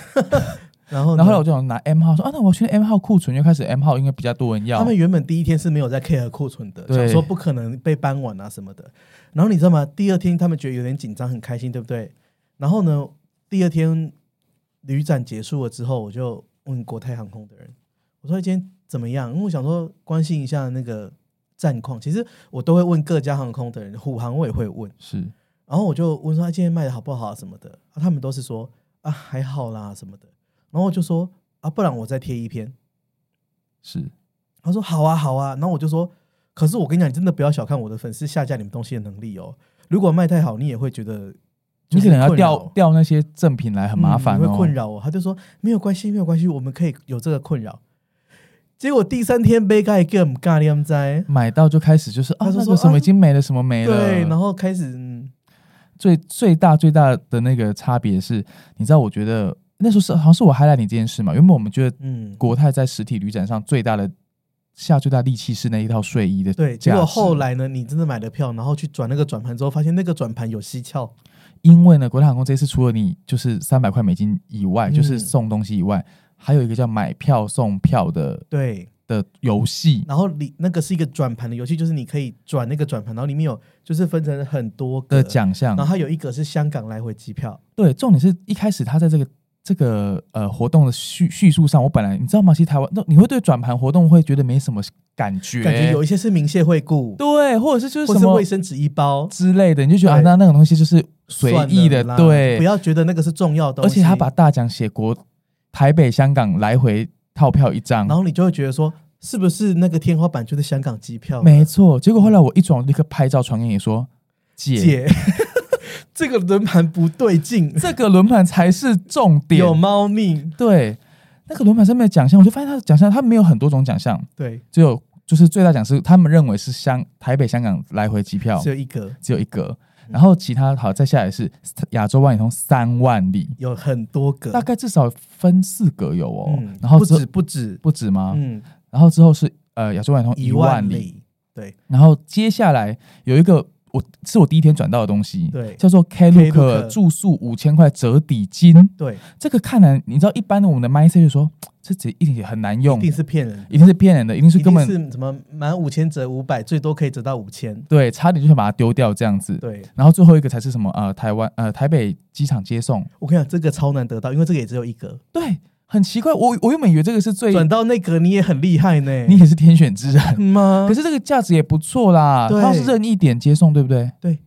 [SPEAKER 1] 然后
[SPEAKER 2] 然
[SPEAKER 1] 呢，
[SPEAKER 2] 后后来我就想拿 M 号，说啊，那我要去 M 号库存，又开始 M 号应该比较多人要
[SPEAKER 1] 他。们原本第一天是没有在 care 库存的，
[SPEAKER 2] 对
[SPEAKER 1] 想说不可能被搬完啊什么的。然后你知道吗？第二天他们觉得有点紧张，很开心，对不对？然后呢，第二天旅展结束了之后，我就问国泰航空的人，我说今天怎么样？因为我想说关心一下那个战况。其实我都会问各家航空的人，虎航我也会问。
[SPEAKER 2] 是
[SPEAKER 1] 然后我就问说、啊、今天卖的好不好啊什么的，啊、他们都是说啊还好啦什么的。然后我就说啊，不然我再贴一篇。
[SPEAKER 2] 是，
[SPEAKER 1] 他说好啊好啊，然后我就说，可是我跟你讲，你真的不要小看我的粉丝下架你们东西的能力哦。如果卖太好，你也会觉得就
[SPEAKER 2] 你
[SPEAKER 1] 是
[SPEAKER 2] 可能要
[SPEAKER 1] 困扰
[SPEAKER 2] 调调那些赠品来很麻烦
[SPEAKER 1] 嗯你会
[SPEAKER 2] 哦。
[SPEAKER 1] 困扰我。他就说没有关系，没有关系，我们可以有这个困扰。结果第三天杯盖 game 尬念在，
[SPEAKER 2] 买到就开始就是啊，
[SPEAKER 1] 他就
[SPEAKER 2] 那
[SPEAKER 1] 说
[SPEAKER 2] 个什
[SPEAKER 1] 啊
[SPEAKER 2] 么已经没了，什么没了。
[SPEAKER 1] 对，然后开始嗯
[SPEAKER 2] 最最大最大的那个差别是，你知道，我觉得那时候是好像是我 highlight 你这件事嘛。原本我们觉得
[SPEAKER 1] 嗯
[SPEAKER 2] 国泰在实体旅展上最大的下最大力气是那一套睡衣的
[SPEAKER 1] 对，结
[SPEAKER 2] 价值
[SPEAKER 1] 果后来呢，你真的买了票，然后去转那个转盘之后，发现那个转盘有蹊跷，
[SPEAKER 2] 因为呢，国泰航空这次除了你就是三百块美金以外，
[SPEAKER 1] 嗯
[SPEAKER 2] 就是送东西以外，还有一个叫买票送票的
[SPEAKER 1] 对，
[SPEAKER 2] 的游戏。
[SPEAKER 1] 然后里那个是一个转盘的游戏，就是你可以转那个转盘，然后里面有就是分成很多个
[SPEAKER 2] 的奖项
[SPEAKER 1] 然，后它有一个是香港来回机票，
[SPEAKER 2] 对，重点是一开始他在这个这个呃活动的叙叙述上，我本来你知道吗？其实台湾，那你会对转盘活动会觉得没什么感觉，
[SPEAKER 1] 感觉有一些是明谢惠顾，
[SPEAKER 2] 对，或者是就是
[SPEAKER 1] 或
[SPEAKER 2] 什
[SPEAKER 1] 是
[SPEAKER 2] 么
[SPEAKER 1] 卫生纸一包，
[SPEAKER 2] 之类的，你就觉得啊，
[SPEAKER 1] 对
[SPEAKER 2] 那那种东西就是随意的
[SPEAKER 1] 算了啦，
[SPEAKER 2] 对
[SPEAKER 1] 不。要觉得那个是重要的东
[SPEAKER 2] 而
[SPEAKER 1] 西，
[SPEAKER 2] 且他把，大奖写国台北、香港来回套票一张
[SPEAKER 1] 然，后你就会觉得说，是不是那个天花板就是香港机票？
[SPEAKER 2] 没错。结果后来我一转，我立刻拍照传给你说，姐，
[SPEAKER 1] 姐， (laughs) 这个轮盘不对劲，
[SPEAKER 2] 这个轮盘才是重点。
[SPEAKER 1] 有猫腻，
[SPEAKER 2] 对，那个轮盘上面的奖项，我就发现它的奖项，它没有很多种奖项，
[SPEAKER 1] 对，
[SPEAKER 2] 只有就是最大奖是他们认为是香台北、香港来回机票
[SPEAKER 1] 只有一个，
[SPEAKER 2] 只有一个，然后其他好再下来是亚洲万里通三万里。
[SPEAKER 1] 有很多
[SPEAKER 2] 大
[SPEAKER 1] 个，
[SPEAKER 2] 概至少分四个有哦，
[SPEAKER 1] 嗯，
[SPEAKER 2] 然后
[SPEAKER 1] 不
[SPEAKER 2] 之
[SPEAKER 1] 止不止，
[SPEAKER 2] 不止吗？
[SPEAKER 1] 嗯，
[SPEAKER 2] 然后之后是呃亚洲万通
[SPEAKER 1] 一
[SPEAKER 2] 一
[SPEAKER 1] 万
[SPEAKER 2] 万里，
[SPEAKER 1] 里，对，
[SPEAKER 2] 然后接下来有一个我是我第一天转到的东西，
[SPEAKER 1] 对
[SPEAKER 2] 叫做
[SPEAKER 1] Klook
[SPEAKER 2] Klook 住宿五千块折抵金，
[SPEAKER 1] 对，
[SPEAKER 2] 这个看来你知道一般的我们的 mindset 就说嘖这这一点很难用
[SPEAKER 1] 一，定是骗人。
[SPEAKER 2] 一定是骗人的，一定是
[SPEAKER 1] 一
[SPEAKER 2] 根
[SPEAKER 1] 定
[SPEAKER 2] 本
[SPEAKER 1] 是什么满五千折五百，最多可以折到五千。
[SPEAKER 2] 对，差点就想把它丢掉这样子。
[SPEAKER 1] 对，
[SPEAKER 2] 然后最后一个才是什么呃台湾呃台北机场接送，
[SPEAKER 1] 我跟你讲，这个超难得到，因为这个也只有一个。
[SPEAKER 2] 对，很奇怪，我我原本以为这个是最
[SPEAKER 1] 转到那个你也很厉害呢，
[SPEAKER 2] 你也是天选之人，
[SPEAKER 1] 嗯吗？
[SPEAKER 2] 可是这个价值也不错啦，
[SPEAKER 1] 对
[SPEAKER 2] 它是任意点接送，对不对？
[SPEAKER 1] 对嗯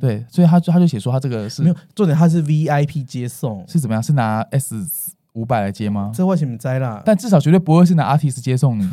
[SPEAKER 2] 对，所以他就他就写说他这个
[SPEAKER 1] 没
[SPEAKER 2] 是
[SPEAKER 1] 有重点，它是 VIP 接送，
[SPEAKER 2] 是怎么样？是拿 S 五百来接吗？
[SPEAKER 1] 这外险摘
[SPEAKER 2] (laughs)
[SPEAKER 1] 啦。
[SPEAKER 2] 但至少绝对不会是拿 Artis
[SPEAKER 1] (laughs)
[SPEAKER 2] 接送你，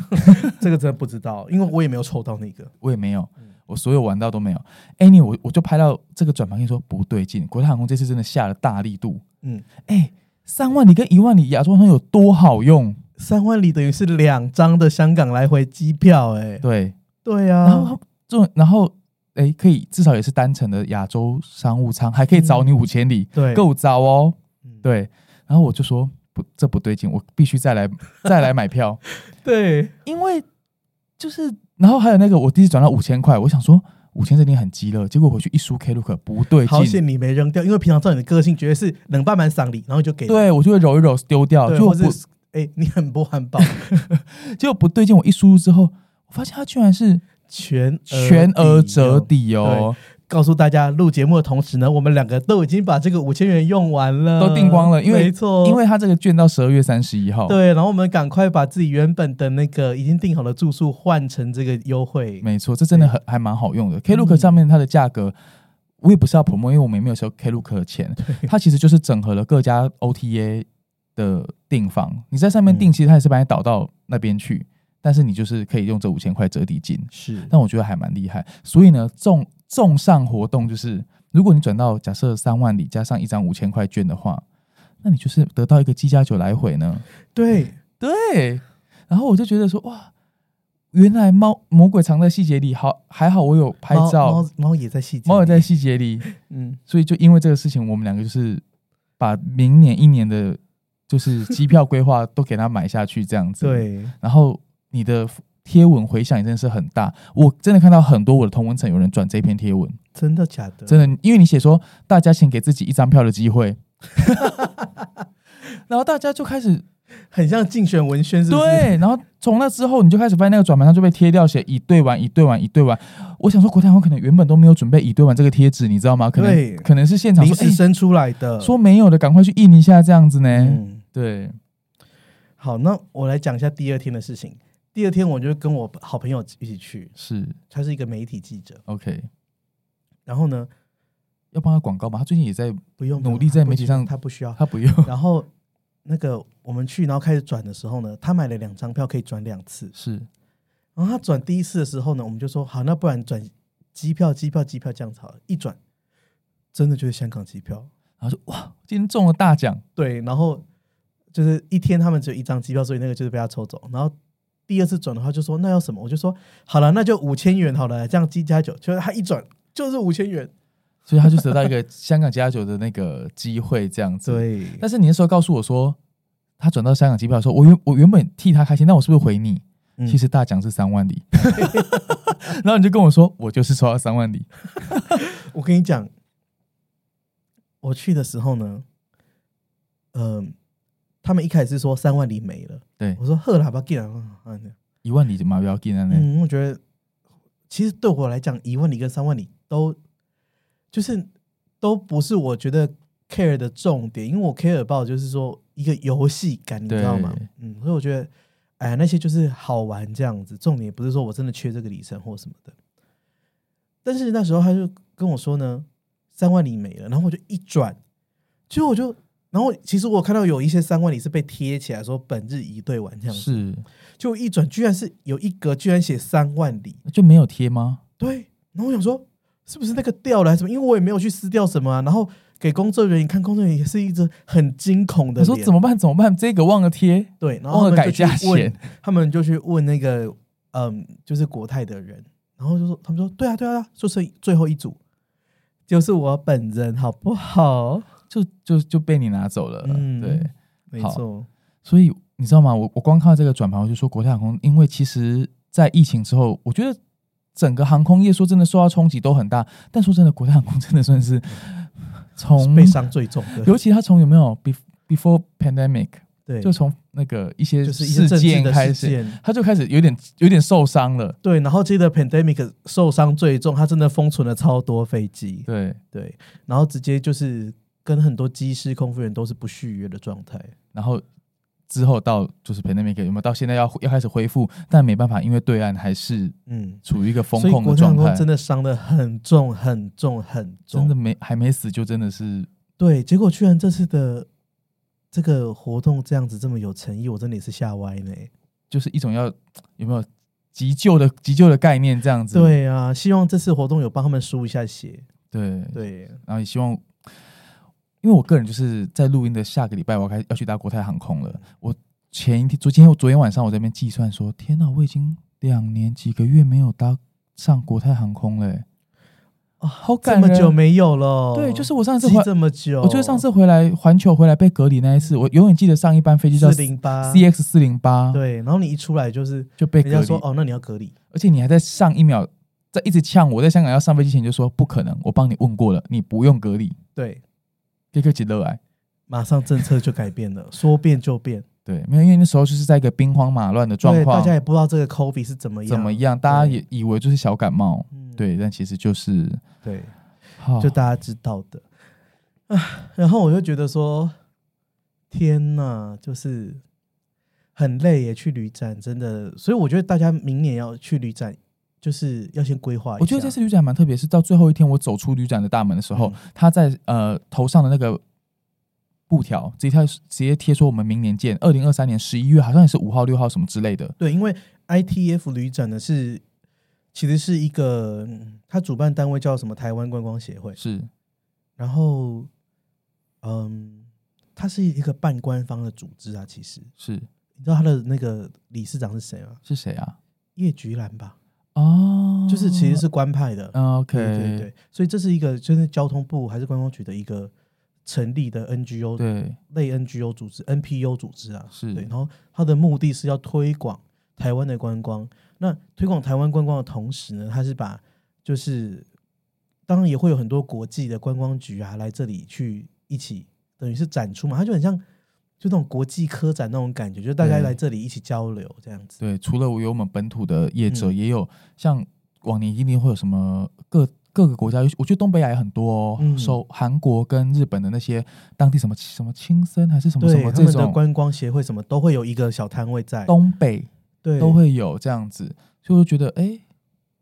[SPEAKER 1] 这个真的不知道，因为我也没有抽到那个。
[SPEAKER 2] 我也没有，
[SPEAKER 1] 嗯
[SPEAKER 2] 我所有玩到都没有。Anyway，我我就拍到这个转盘，跟你说不对劲，国泰航空这次真的下了大力度。 (laughs)
[SPEAKER 1] 嗯，
[SPEAKER 2] 哎，三万里跟一万里亚洲航空有多好用？
[SPEAKER 1] 三万里等于是两张的香港来回机票、哎，
[SPEAKER 2] 对，
[SPEAKER 1] 对
[SPEAKER 2] 然
[SPEAKER 1] 啊，
[SPEAKER 2] 后这种然后哎，可以至少也是单程的亚洲商务舱，还可以找你五千里，
[SPEAKER 1] 嗯对，
[SPEAKER 2] 够早哦。
[SPEAKER 1] 嗯
[SPEAKER 2] 对，然后我就说不，这不对劲，我必须再来再来
[SPEAKER 1] (laughs)
[SPEAKER 2] 买票，
[SPEAKER 1] 对，
[SPEAKER 2] 因为就是，然后还有那个我第一次转到五千块，我想说五千这点很鸡了，结果回去一输 Klook 不对
[SPEAKER 1] 好
[SPEAKER 2] 劲，
[SPEAKER 1] 险你没扔掉，因为平常照你的个性，觉得是冷半满赏礼，然后就给了，
[SPEAKER 2] 对我就会揉一揉丢掉，
[SPEAKER 1] 对，
[SPEAKER 2] 就
[SPEAKER 1] 或
[SPEAKER 2] 不
[SPEAKER 1] 是哎、你很不
[SPEAKER 2] (laughs)
[SPEAKER 1] 环保，
[SPEAKER 2] 结果不对劲，我一输入之后，我发现它居然是
[SPEAKER 1] 全
[SPEAKER 2] 全额折
[SPEAKER 1] 抵
[SPEAKER 2] 抵哦，
[SPEAKER 1] 告诉大家，录节目的同时呢，我们两个都已经把这个五千元用完了，
[SPEAKER 2] 都订光了因为
[SPEAKER 1] 没错，
[SPEAKER 2] 因为他这个券到十二月三十一号，，
[SPEAKER 1] 对，然后我们赶快把自己原本的那个已经订好的住宿换成这个优惠，
[SPEAKER 2] 没错，这真的很还蛮好用的。Klook 上面它的价格，我也不是要 promo，因为我们也没有收 Klook 的钱，它其实就是整合了各家 OTA 的订房，你在上面订，
[SPEAKER 1] 嗯
[SPEAKER 2] 其实它也是把你导到那边去，但是你就是可以用这五千块折抵金，
[SPEAKER 1] 是
[SPEAKER 2] 但我觉得还蛮厉害。所以呢，重重上活动就是，如果你转到假设三万里加上一张五千块券的话，那你就是得到一个机加九来回呢。
[SPEAKER 1] 对，
[SPEAKER 2] 对，然后我就觉得说哇，原来猫魔鬼藏在细节里，好还好我有拍
[SPEAKER 1] 猫
[SPEAKER 2] 照
[SPEAKER 1] 猫，猫也在细节，
[SPEAKER 2] 猫有在，细节里，
[SPEAKER 1] 嗯，
[SPEAKER 2] 所以就因为这个事情，我们两个就是把明年一年的，就是机票规划都给它买下去这样子。，
[SPEAKER 1] 对，
[SPEAKER 2] 然后你的贴文回响也真的是很大，我真的看到很多我的同文层有人转这篇贴文，
[SPEAKER 1] 真的假的？
[SPEAKER 2] 真的，因为你写说大家请给自己一张票的机会。 (laughs) 然后大家就开始
[SPEAKER 1] 很像竞选文宣，是不是？
[SPEAKER 2] 对，然后从那之后，你就开始发现那个转盘上就被贴掉写已兑完、已兑完、已兑完。我想说，国泰航空可能原本都没有准备已兑完这个贴纸，你知道吗？可
[SPEAKER 1] 对
[SPEAKER 2] 能可能是现场
[SPEAKER 1] 临
[SPEAKER 2] 说，哎
[SPEAKER 1] 时、生出来的，
[SPEAKER 2] 说没有的，赶快去印一下这样子呢。
[SPEAKER 1] 嗯。
[SPEAKER 2] 对，
[SPEAKER 1] 好，那我来讲一下第二天的事情。第二天我就跟我好朋友一起去，
[SPEAKER 2] 是
[SPEAKER 1] 他是一个媒体记者，
[SPEAKER 2] OK，
[SPEAKER 1] 然后呢，
[SPEAKER 2] 要帮他广告吗？他最近也在，
[SPEAKER 1] 不用
[SPEAKER 2] 努力在媒体上
[SPEAKER 1] 他不需要。
[SPEAKER 2] 他
[SPEAKER 1] (laughs)
[SPEAKER 2] 不用，
[SPEAKER 1] 然后那个我们去，然后开始转的时候呢，他买了两张票，可以转两次。
[SPEAKER 2] 是
[SPEAKER 1] 然后他转第一次的时候呢，我们就说好，那不然转机票、机票、机票这样子好了。一转，真的就是香港机票。
[SPEAKER 2] 然后说哇，今天中了大奖，
[SPEAKER 1] 对，然后就是一天他们只有一张机票，所以那个就是被他抽走。然后第二次转的话，就说那要什么？我就说好了，那就五千元好了，这样机加九。就是他一转就是五千元。
[SPEAKER 2] 所以他就得到一个香港加九的那个机会这样子。，
[SPEAKER 1] 对，
[SPEAKER 2] 但是你那时候告诉我说，他转到香港机票的时候，我原我原本替他开心，但我是不是回你？
[SPEAKER 1] 嗯
[SPEAKER 2] 其实大奖是三万里， (laughs) 然后你就跟我说，我就是抽到三万里，
[SPEAKER 1] 我跟你讲，我去的时候呢，嗯、他们一开始是说三万里没了，
[SPEAKER 2] 对
[SPEAKER 1] 我说呵喇叭，既然啊，
[SPEAKER 2] 一万里就马标进来呢。
[SPEAKER 1] 嗯，我觉得其实对我来讲，一万里跟三万里都就是都不是我觉得 care 的重点，因为我 care 到就是说一个游戏感，你知道吗
[SPEAKER 2] 对？
[SPEAKER 1] 嗯，所以我觉得，哎呀，那些就是好玩这样子，重点不是说我真的缺这个里程或什么的。但是那时候他就跟我说呢，三万里没了，然后我就一转，结果我就。然后其实我看到有一些三万里是被贴起来说本日已兑完这样子，
[SPEAKER 2] 是
[SPEAKER 1] 就一转，居然是有一格，居然写三万里。
[SPEAKER 2] 就没有贴吗？
[SPEAKER 1] 对，然后我想说，是不是那个掉了还是什么？因为我也没有去撕掉什么啊。然后给工作人员看，工作人员也是一直很惊恐的
[SPEAKER 2] 我说
[SPEAKER 1] 脸
[SPEAKER 2] 怎么办？怎么办？这个忘了贴，
[SPEAKER 1] 对，然后他
[SPEAKER 2] 忘了
[SPEAKER 1] 们
[SPEAKER 2] 改
[SPEAKER 1] 就去
[SPEAKER 2] 价
[SPEAKER 1] 问
[SPEAKER 2] 钱，，
[SPEAKER 1] 他们就去问那个嗯，就是国泰的人，然后就说他们说对啊对啊，对啊就是最后一组。就是我本人，好不好？
[SPEAKER 2] 就就就被你拿走了。
[SPEAKER 1] 嗯
[SPEAKER 2] 对，
[SPEAKER 1] 没错，
[SPEAKER 2] 所以你知道吗？我我光看到这个转盘，我就说国泰航空，因为其实在疫情之后，我觉得整个航空业说真的受到冲击都很大，但说真的，国泰航空真的算是
[SPEAKER 1] 嗯
[SPEAKER 2] 从
[SPEAKER 1] 悲伤最重
[SPEAKER 2] 尤
[SPEAKER 1] 的，
[SPEAKER 2] 其他从有没有 bef- before pandemic，
[SPEAKER 1] 对，
[SPEAKER 2] 就从那个一些
[SPEAKER 1] 就是一些政治
[SPEAKER 2] 件
[SPEAKER 1] 的
[SPEAKER 2] 开
[SPEAKER 1] 事
[SPEAKER 2] 始，
[SPEAKER 1] 件，
[SPEAKER 2] 他就开始有点有点受伤了。
[SPEAKER 1] 对。然后接着 pandemic 受伤最重，他真的封存了超多飞机，
[SPEAKER 2] 对，
[SPEAKER 1] 对，然后直接就是跟很多机师、空服员都是不续约的状态。
[SPEAKER 2] 然后之后到就是 pandemic 有没有到现在要要开始恢复，但没办法，因为对岸还是
[SPEAKER 1] 嗯，
[SPEAKER 2] 处于一个风
[SPEAKER 1] 所以
[SPEAKER 2] 控
[SPEAKER 1] 国
[SPEAKER 2] 的
[SPEAKER 1] 泰航
[SPEAKER 2] 状
[SPEAKER 1] 空
[SPEAKER 2] 态，
[SPEAKER 1] 真的伤的很重、很重、很重。
[SPEAKER 2] 真的没还没死就真的是
[SPEAKER 1] 对，结果居然这次的这个活动这样子这么有诚意，我真的也是吓歪呢。
[SPEAKER 2] 就是一种要有没有急救的急救的概念这样子。
[SPEAKER 1] 对啊，希望这次活动有帮他们输一下血。
[SPEAKER 2] 对
[SPEAKER 1] 对，
[SPEAKER 2] 然后也希望，因为我个人就是在录音的下个礼拜，我要开要去搭国泰航空了。我前一天，昨天昨天晚上我在那边计算说，天哪，我已经两年几个月没有搭上国泰航空了、欸
[SPEAKER 1] 啊
[SPEAKER 2] 好
[SPEAKER 1] 这
[SPEAKER 2] 感
[SPEAKER 1] 么
[SPEAKER 2] 人。
[SPEAKER 1] 久没有了。
[SPEAKER 2] 对，就是我上次
[SPEAKER 1] 积
[SPEAKER 2] 回，
[SPEAKER 1] 这么久，
[SPEAKER 2] 我就是上次回来环球回来被隔离那一次，我永远记得上一班飞机叫
[SPEAKER 1] 四
[SPEAKER 2] C
[SPEAKER 1] 零八
[SPEAKER 2] X 四零八，
[SPEAKER 1] 对，然后你一出来就是
[SPEAKER 2] 就被
[SPEAKER 1] 人
[SPEAKER 2] 隔
[SPEAKER 1] 家
[SPEAKER 2] 离
[SPEAKER 1] 说，哦，那你要隔离。
[SPEAKER 2] 而且你还在上一秒在一直呛我，在香港要上飞机前就说不可能，我帮你问过了，你不用隔离，
[SPEAKER 1] 对，
[SPEAKER 2] 立刻起热癌。
[SPEAKER 1] 马上政策就改变了，说变就变。
[SPEAKER 2] 对，没有，因为那时候就是在一个兵荒马乱的状
[SPEAKER 1] 对，
[SPEAKER 2] 况，
[SPEAKER 1] 大家也不知道这个 COVID 是怎么样，
[SPEAKER 2] 怎么样，大家也以为就是小感冒，
[SPEAKER 1] 嗯
[SPEAKER 2] 对，但其实就是
[SPEAKER 1] 对，
[SPEAKER 2] 好
[SPEAKER 1] 就大家知道的。啊，然后我就觉得说，天呐，就是很累耶，去旅展真的。所以我觉得大家明年要去旅展，就是要先规划一下。
[SPEAKER 2] 我觉得这次旅展还蛮特别，是到最后一天我走出旅展的大门的时候
[SPEAKER 1] 嗯，
[SPEAKER 2] 他在呃头上的那个布条直接贴直接贴说我们明年见，二零二三年十一月好像也是五号六号什么之类的。
[SPEAKER 1] 对，因为 ITF 旅展呢是其实是一个，嗯它主办单位叫什么台湾观光协会，
[SPEAKER 2] 是
[SPEAKER 1] 然后嗯，它是一个半官方的组织啊。其实
[SPEAKER 2] 是
[SPEAKER 1] 你知道它的那个理事长是谁吗？
[SPEAKER 2] 是谁啊？
[SPEAKER 1] 叶菊兰吧，
[SPEAKER 2] 哦，
[SPEAKER 1] 就是其实是官派的。
[SPEAKER 2] 嗯 OK
[SPEAKER 1] 对对对，所以这是一个就是交通部还是观光局的一个成立的 NGO
[SPEAKER 2] 对
[SPEAKER 1] 类 NGO 组织 NPO 组织啊，
[SPEAKER 2] 是
[SPEAKER 1] 对，然后它的目的是要推广台湾的观光。那推广台湾观光的同时呢，它是把就是当然也会有很多国际的观光局啊来这里去一起，等于是展出嘛，它就很像就那种国际科展那种感觉，就大家
[SPEAKER 2] 对
[SPEAKER 1] 来这里一起交流这样子。
[SPEAKER 2] 对，除了有我们本土的业者，
[SPEAKER 1] 嗯
[SPEAKER 2] 也有像往年一定会有什么各各个国家，尤其我觉得东北亚也很多哦，
[SPEAKER 1] 嗯
[SPEAKER 2] 受韩国跟日本的那些当地什么什么青森还是什么什
[SPEAKER 1] 对，
[SPEAKER 2] 么
[SPEAKER 1] 他
[SPEAKER 2] 这
[SPEAKER 1] 们的
[SPEAKER 2] 种
[SPEAKER 1] 观光协会什么都会有一个小摊位在，
[SPEAKER 2] 东北
[SPEAKER 1] 对，
[SPEAKER 2] 都会有这样子，所以我就觉得哎，诶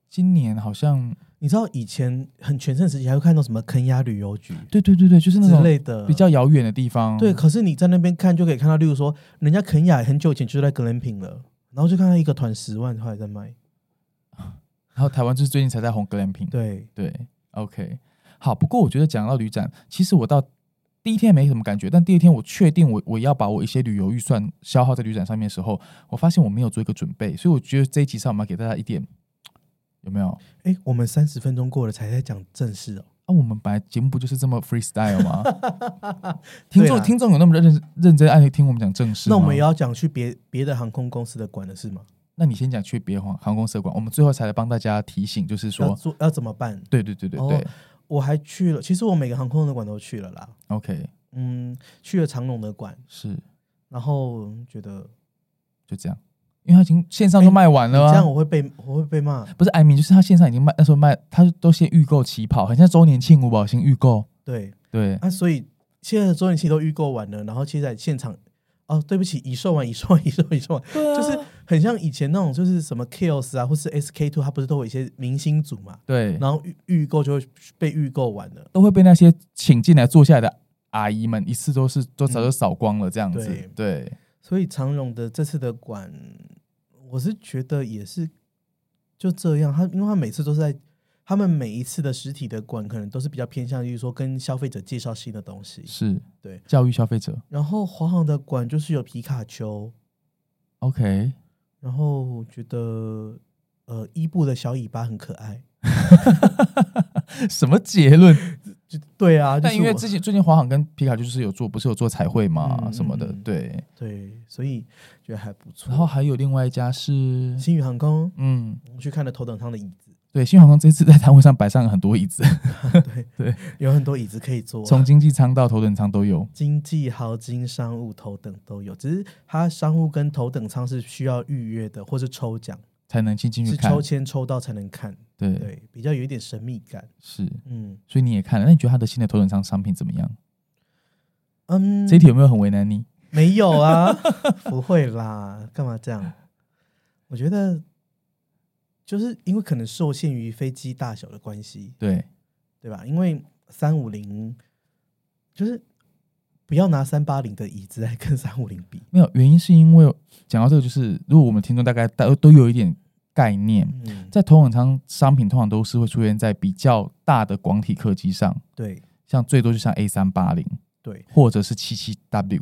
[SPEAKER 2] 今年好像
[SPEAKER 1] 你知道以前很全盛时期还会看到什么肯雅旅游局
[SPEAKER 2] 对对对对，就是那
[SPEAKER 1] 之
[SPEAKER 2] 种
[SPEAKER 1] 类的，
[SPEAKER 2] 比较遥远的地方，
[SPEAKER 1] 对。可是你在那边看就可以看到，例如说人家肯雅很久以前就在格兰品了，然后就看到一个团十万块在卖，
[SPEAKER 2] 然后台湾就是最近才在红格兰平，
[SPEAKER 1] 对，
[SPEAKER 2] 对，OK，好。不过我觉得讲到旅展，其实我到第一天没什么感觉，但第二天我确定我我要把我一些旅游预算消耗在旅展上面的时候，我发现我没有做一个准备，所以我觉得这一集上我们要给大家一点有没有？
[SPEAKER 1] 哎，我们三十分钟过了才在讲正事哦，
[SPEAKER 2] 啊，我们本来节目不就是这么 freestyle 吗？ (laughs)
[SPEAKER 1] 对
[SPEAKER 2] 听
[SPEAKER 1] 啦
[SPEAKER 2] 众听众有那么认真认真爱听我们讲正事吗？
[SPEAKER 1] 啊那我们也要讲去别别的航空公司的馆的事吗？
[SPEAKER 2] 那你先讲去别航航空社馆，我们最后才来帮大家提醒，就是
[SPEAKER 1] 要哦
[SPEAKER 2] 说，
[SPEAKER 1] 做要怎么办？
[SPEAKER 2] 对对对对对、
[SPEAKER 1] 我还去了，其实我每个航空的馆都去了啦，
[SPEAKER 2] o k
[SPEAKER 1] 嗯，去了长隆的馆，
[SPEAKER 2] 是
[SPEAKER 1] 然后觉得
[SPEAKER 2] 就这样，因为他已经线上都
[SPEAKER 1] 哎
[SPEAKER 2] 卖完
[SPEAKER 1] 你
[SPEAKER 2] 了、啊
[SPEAKER 1] 这样我会被我会被骂，
[SPEAKER 2] 不是 I mean，就是他线上已经卖，那时候卖，他都先预购起跑，很像周年庆五宝先预购。
[SPEAKER 1] 对，
[SPEAKER 2] 对，
[SPEAKER 1] 啊，所以现在的周年庆都预购完了，然后现在现场，哦，对不起，已售完，已售完， (laughs) 已售完，已售完，就是很像以前那种，就是什么 Kills 啊，或是 SK Two，它不是都有一些明星组嘛，
[SPEAKER 2] 对，
[SPEAKER 1] 然后预预购就会被预购完了，
[SPEAKER 2] 都会被那些请进来坐下来的阿姨们一次都是都早就扫光了这样子。
[SPEAKER 1] 嗯对
[SPEAKER 2] 对，
[SPEAKER 1] 所以长荣的这次的馆，我是觉得也是就这样，他因为他每次都是在。他们每一次的实体的馆，可能都是比较偏向于说跟消费者介绍新的东西。
[SPEAKER 2] 是，
[SPEAKER 1] 对
[SPEAKER 2] 教育消费者。
[SPEAKER 1] 然后华航的馆就是有皮卡丘，
[SPEAKER 2] OK， (laughs)
[SPEAKER 1] 然后我觉得，呃，伊布的小尾巴很可爱。
[SPEAKER 2] 什么结
[SPEAKER 1] (laughs)
[SPEAKER 2] 论？
[SPEAKER 1] 就对啊，就是
[SPEAKER 2] 但因为
[SPEAKER 1] 我
[SPEAKER 2] 之前最近华航跟皮卡丘就是有做，不是有做彩绘嘛、
[SPEAKER 1] 嗯
[SPEAKER 2] 什么的
[SPEAKER 1] 嗯，嗯
[SPEAKER 2] 对。
[SPEAKER 1] 对，所以觉得还不错。
[SPEAKER 2] 然后还有另外一家是，
[SPEAKER 1] 星宇航空，
[SPEAKER 2] 嗯，
[SPEAKER 1] 我去看了头等舱的椅
[SPEAKER 2] (laughs)
[SPEAKER 1] 子，
[SPEAKER 2] 对，新航空这次在摊位上摆上了很多椅子，
[SPEAKER 1] 对
[SPEAKER 2] 对，
[SPEAKER 1] 有很多椅子可以坐。啊
[SPEAKER 2] 从经济舱到头等舱都有。
[SPEAKER 1] 经济、豪金、商务、头等都有，只是它商务跟头等舱是需要预约的，或是抽奖，
[SPEAKER 2] 才能进进去
[SPEAKER 1] 是
[SPEAKER 2] 看
[SPEAKER 1] 抽，签抽到才能看，
[SPEAKER 2] 对，
[SPEAKER 1] 对，比较有一点神秘感。
[SPEAKER 2] 是，
[SPEAKER 1] 嗯
[SPEAKER 2] 所以你也看了，那你觉得他的新的头等舱商品怎么样？
[SPEAKER 1] 嗯，
[SPEAKER 2] 这一题有没有很为难你？
[SPEAKER 1] 没有啊， (laughs) 不会啦，干嘛这样？我觉得就是因为可能受限于飞机大小的关系，
[SPEAKER 2] 对，
[SPEAKER 1] 对吧？因为三五零就是不要拿三八零的椅子来跟三五零比，
[SPEAKER 2] 没有原因是因为讲到这个，就是如果我们听众大概都都有一点概念，
[SPEAKER 1] 嗯，
[SPEAKER 2] 在头等舱商品通常都是会出现在比较大的广体客机上，
[SPEAKER 1] 对
[SPEAKER 2] 像最多就像 A 三八零
[SPEAKER 1] 对，
[SPEAKER 2] 或者是七七 W，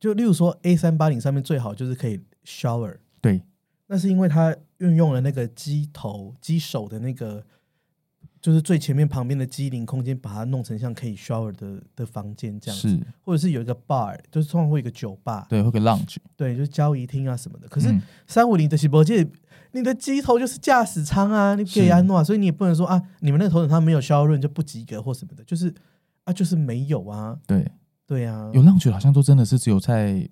[SPEAKER 1] 就例如说 A 三八零上面最好就是可以 shower，
[SPEAKER 2] 对，
[SPEAKER 1] 那是因为它运用了那个机头机手的那个。就是最前面旁边的机灵空间，把它弄成像可以 shower 的的房间这样子。
[SPEAKER 2] 是，
[SPEAKER 1] 或者是有一个 bar，就是通常会有一个酒吧，
[SPEAKER 2] 对，会有个 lounge，
[SPEAKER 1] 对，就是交易厅啊什么的。可是
[SPEAKER 2] 嗯
[SPEAKER 1] 三五零的喜博界，你的机头就是驾驶舱啊，你可以安诺啊，所以你也不能说啊，你们那个头等舱没有销润就不及格或什么的，就是啊，就是没有啊，
[SPEAKER 2] 对，
[SPEAKER 1] 对啊，
[SPEAKER 2] 有 lounge 好像都真的是只有在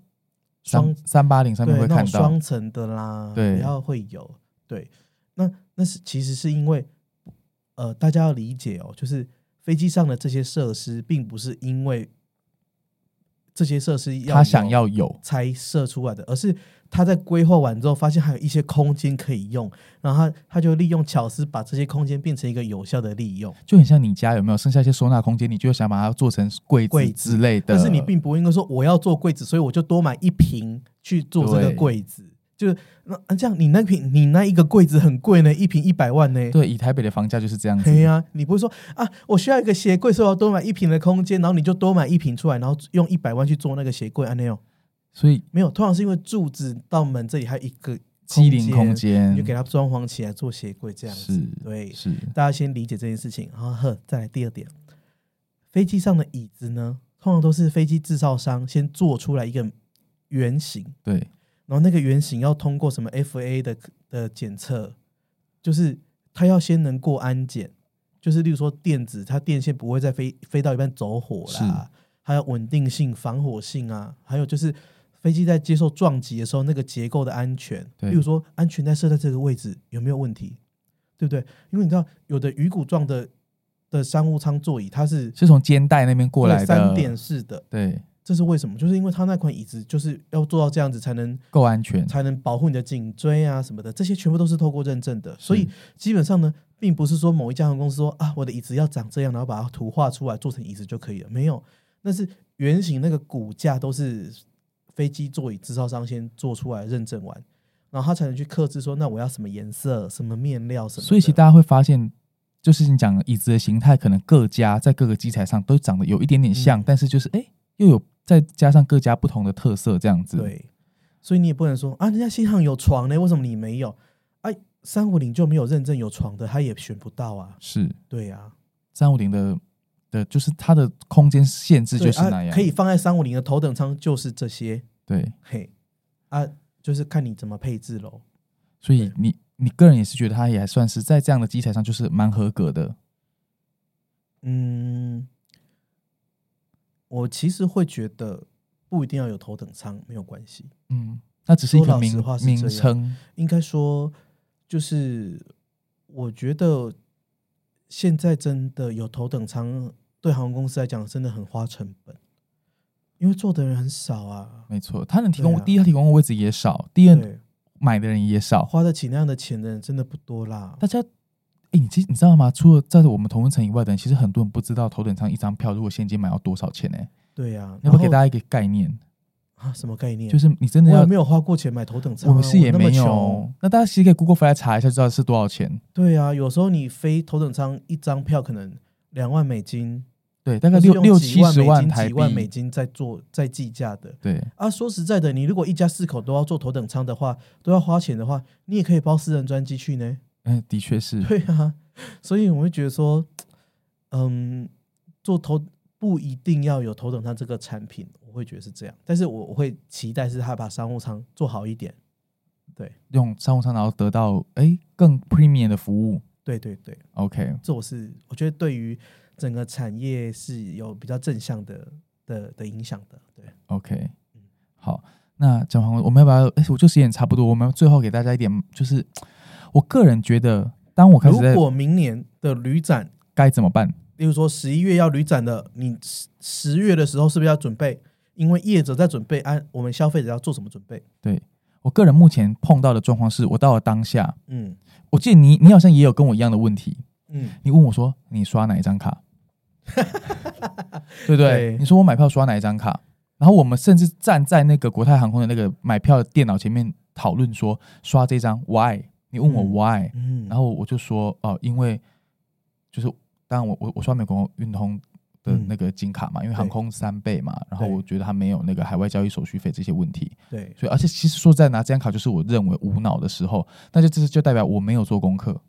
[SPEAKER 1] 双
[SPEAKER 2] 三三八零上面
[SPEAKER 1] 对
[SPEAKER 2] 会
[SPEAKER 1] 那种
[SPEAKER 2] 看到，
[SPEAKER 1] 双层的啦，
[SPEAKER 2] 对
[SPEAKER 1] 比较会有，对，那那是其实是因为呃，大家要理解哦，就是飞机上的这些设施，并不是因为这些设施要
[SPEAKER 2] 他想
[SPEAKER 1] 有
[SPEAKER 2] 要有，
[SPEAKER 1] 才设出来的，而是他在规划完之后，发现还有一些空间可以用，然后他他就利用巧思把这些空间变成一个有效的利用。
[SPEAKER 2] 就很像你家有没有剩下一些收纳空间，你就想把它做成柜
[SPEAKER 1] 柜
[SPEAKER 2] 子
[SPEAKER 1] 子
[SPEAKER 2] 之类的。
[SPEAKER 1] 但是你并不应该说我要做柜子，所以我就多买一瓶去做这个
[SPEAKER 2] 对
[SPEAKER 1] 柜子。就是那啊这样，你那瓶你那一个柜子很贵呢，一瓶一百万呢。
[SPEAKER 2] 对以台北的房价就是这样子
[SPEAKER 1] 对，呀、你不会说啊，我需要一个鞋柜，所以我要多买一瓶的空间，然后你就多买一瓶出来，然后用一百万去做那个鞋柜啊？没有，
[SPEAKER 2] 所以
[SPEAKER 1] 没有，通常是因为柱子到门这里还有一个
[SPEAKER 2] 机灵空间
[SPEAKER 1] 你就给它装潢起来做鞋柜这样子
[SPEAKER 2] 是。
[SPEAKER 1] 对，
[SPEAKER 2] 是
[SPEAKER 1] 大家先理解这件事情，然后呵，再来第二点，飞机上的椅子呢，通常都是飞机制造商先做出来一个原型，
[SPEAKER 2] 对，
[SPEAKER 1] 然后那个原型要通过什么 FA 的的检测，就是它要先能过安检，就是例如说电子，它电线不会再飞飞到一半走火啦，还有稳定性、防火性啊，还有就是飞机在接受撞击的时候那个结构的安全，
[SPEAKER 2] 对
[SPEAKER 1] 例如说安全带设在这个位置有没有问题，对不对？因为你知道有的鱼骨状的的商务舱座椅它是
[SPEAKER 2] 是从肩带那边过来的。
[SPEAKER 1] 三点式的，
[SPEAKER 2] 对，
[SPEAKER 1] 这是为什么？就是因为它那款椅子就是要做到这样子才能。
[SPEAKER 2] 够安全。
[SPEAKER 1] 才能保护你的颈椎啊什么的，这些全部都是透过认证的。所以基本上呢，并不是说某一家航空公司说啊，我的椅子要长这样，然后把它图画出来做成椅子就可以了，没有，那是原型那个骨架都是飞机座椅制造商先做出来认证完，然后他才能去克制说，那我要什么颜色、什么面料什么的。
[SPEAKER 2] 所以其实大家会发现，就是你讲的椅子的形态，可能各家在各个机台上都长得有一点点像，
[SPEAKER 1] 嗯
[SPEAKER 2] 但是就是哎、诶又有再加上各家不同的特色这样子。，
[SPEAKER 1] 对，所以你也不能说啊，人家新航有床呢，为什么你没有？哎、三五零就没有认证有床的，他也选不到啊。
[SPEAKER 2] 是
[SPEAKER 1] 对呀、啊。
[SPEAKER 2] 三五零的的，就是它的空间限制
[SPEAKER 1] 对
[SPEAKER 2] 就是那样。
[SPEAKER 1] 啊、可以放在三五零的头等舱，就是这些，
[SPEAKER 2] 对，
[SPEAKER 1] 嘿，啊，就是看你怎么配置喽。
[SPEAKER 2] 所以你你个人也是觉得它也还算是在这样的机台上就是蛮合格的。
[SPEAKER 1] 嗯，我其实会觉得不一定要有头等舱，没有关系。
[SPEAKER 2] 嗯，那只是一
[SPEAKER 1] 说
[SPEAKER 2] 个
[SPEAKER 1] 老实
[SPEAKER 2] 名
[SPEAKER 1] 话是这样
[SPEAKER 2] 名称。
[SPEAKER 1] 应该说，就是我觉得现在真的有头等舱，对航空公司来讲真的很花成本，因为坐的人很少啊。
[SPEAKER 2] 没错，它能提供、
[SPEAKER 1] 对啊
[SPEAKER 2] 第一，它提供的位置也少；第二，
[SPEAKER 1] 对，
[SPEAKER 2] 买的人也少。
[SPEAKER 1] 花得起那样的钱的人真的不多啦。
[SPEAKER 2] 大家，哎、你其实你知道吗？除了在我们同温层以外的人，其实很多人不知道头等舱一张票如果现金买要多少钱呢、
[SPEAKER 1] 对呀、
[SPEAKER 2] 你
[SPEAKER 1] 然
[SPEAKER 2] 要
[SPEAKER 1] 后
[SPEAKER 2] 不要给大家一个概念？
[SPEAKER 1] 啊，什么概念？
[SPEAKER 2] 就是你真的
[SPEAKER 1] 我
[SPEAKER 2] 要
[SPEAKER 1] 也没，有花过钱买头等舱啊、
[SPEAKER 2] 我是也
[SPEAKER 1] 那么
[SPEAKER 2] 没
[SPEAKER 1] 穷
[SPEAKER 2] 有。那大家其实可以 Google 回来查一下，知道是多少钱。
[SPEAKER 1] 对啊，有时候你飞头等舱一张票可能两万美金，
[SPEAKER 2] 对，大
[SPEAKER 1] 大
[SPEAKER 2] 概六六七十
[SPEAKER 1] 万
[SPEAKER 2] 万
[SPEAKER 1] 美金
[SPEAKER 2] 台
[SPEAKER 1] 几万美
[SPEAKER 2] 币。
[SPEAKER 1] 金在做在计价的。
[SPEAKER 2] 对，
[SPEAKER 1] 啊，说实在的，你如果一家四口都要坐头等舱的话，都要花钱的话，你也可以包私人专机去呢。 (laughs)
[SPEAKER 2] 嗯，的确是。
[SPEAKER 1] 对啊，所以我会觉得说，嗯，做头不一定要有头等舱这个产品，我会觉得是这样。但是我我会期待是他把商务舱做好一点。
[SPEAKER 2] 用商务舱，然后得到哎、诶更 premium 的服务。
[SPEAKER 1] 对对对。
[SPEAKER 2] OK，
[SPEAKER 1] 这我是我觉得对于整个产业是有比较正向的的的影响的。对，
[SPEAKER 2] OK，好，那讲完我们要不要？哎、我觉得时间也差不多，我们最后给大家一点，就是我个人觉得，当我开始
[SPEAKER 1] 如
[SPEAKER 2] 在
[SPEAKER 1] 果明年的旅展，
[SPEAKER 2] 该怎么办？
[SPEAKER 1] 例如说十一月要旅展的，你十十月的时候是不是要准备？因为业者在准备，按、我们消费者要做什么准备？
[SPEAKER 2] 对我个人目前碰到的状况是，我到了当下，
[SPEAKER 1] 嗯
[SPEAKER 2] 我记得你你好像也有跟我一样的问题，
[SPEAKER 1] 嗯，
[SPEAKER 2] 你问我说你刷哪一张卡，对不对？
[SPEAKER 1] 对
[SPEAKER 2] 你说我买票刷哪一张卡，然后我们甚至站在那个国泰航空的那个买票的电脑前面讨论说刷这张 why，你问我
[SPEAKER 1] 嗯
[SPEAKER 2] why，、
[SPEAKER 1] 嗯
[SPEAKER 2] 然后我就说哦、因为就是当然我我我刷美国运通的那个金卡嘛，因为航
[SPEAKER 1] 嗯对
[SPEAKER 2] 空三倍嘛，然后
[SPEAKER 1] 对
[SPEAKER 2] 我觉得它没有那个海外交易手续费这些问题，
[SPEAKER 1] 对，
[SPEAKER 2] 所以而且其实说实在拿这张卡就是我认为无脑的时候，那就这就代表我没有做功课，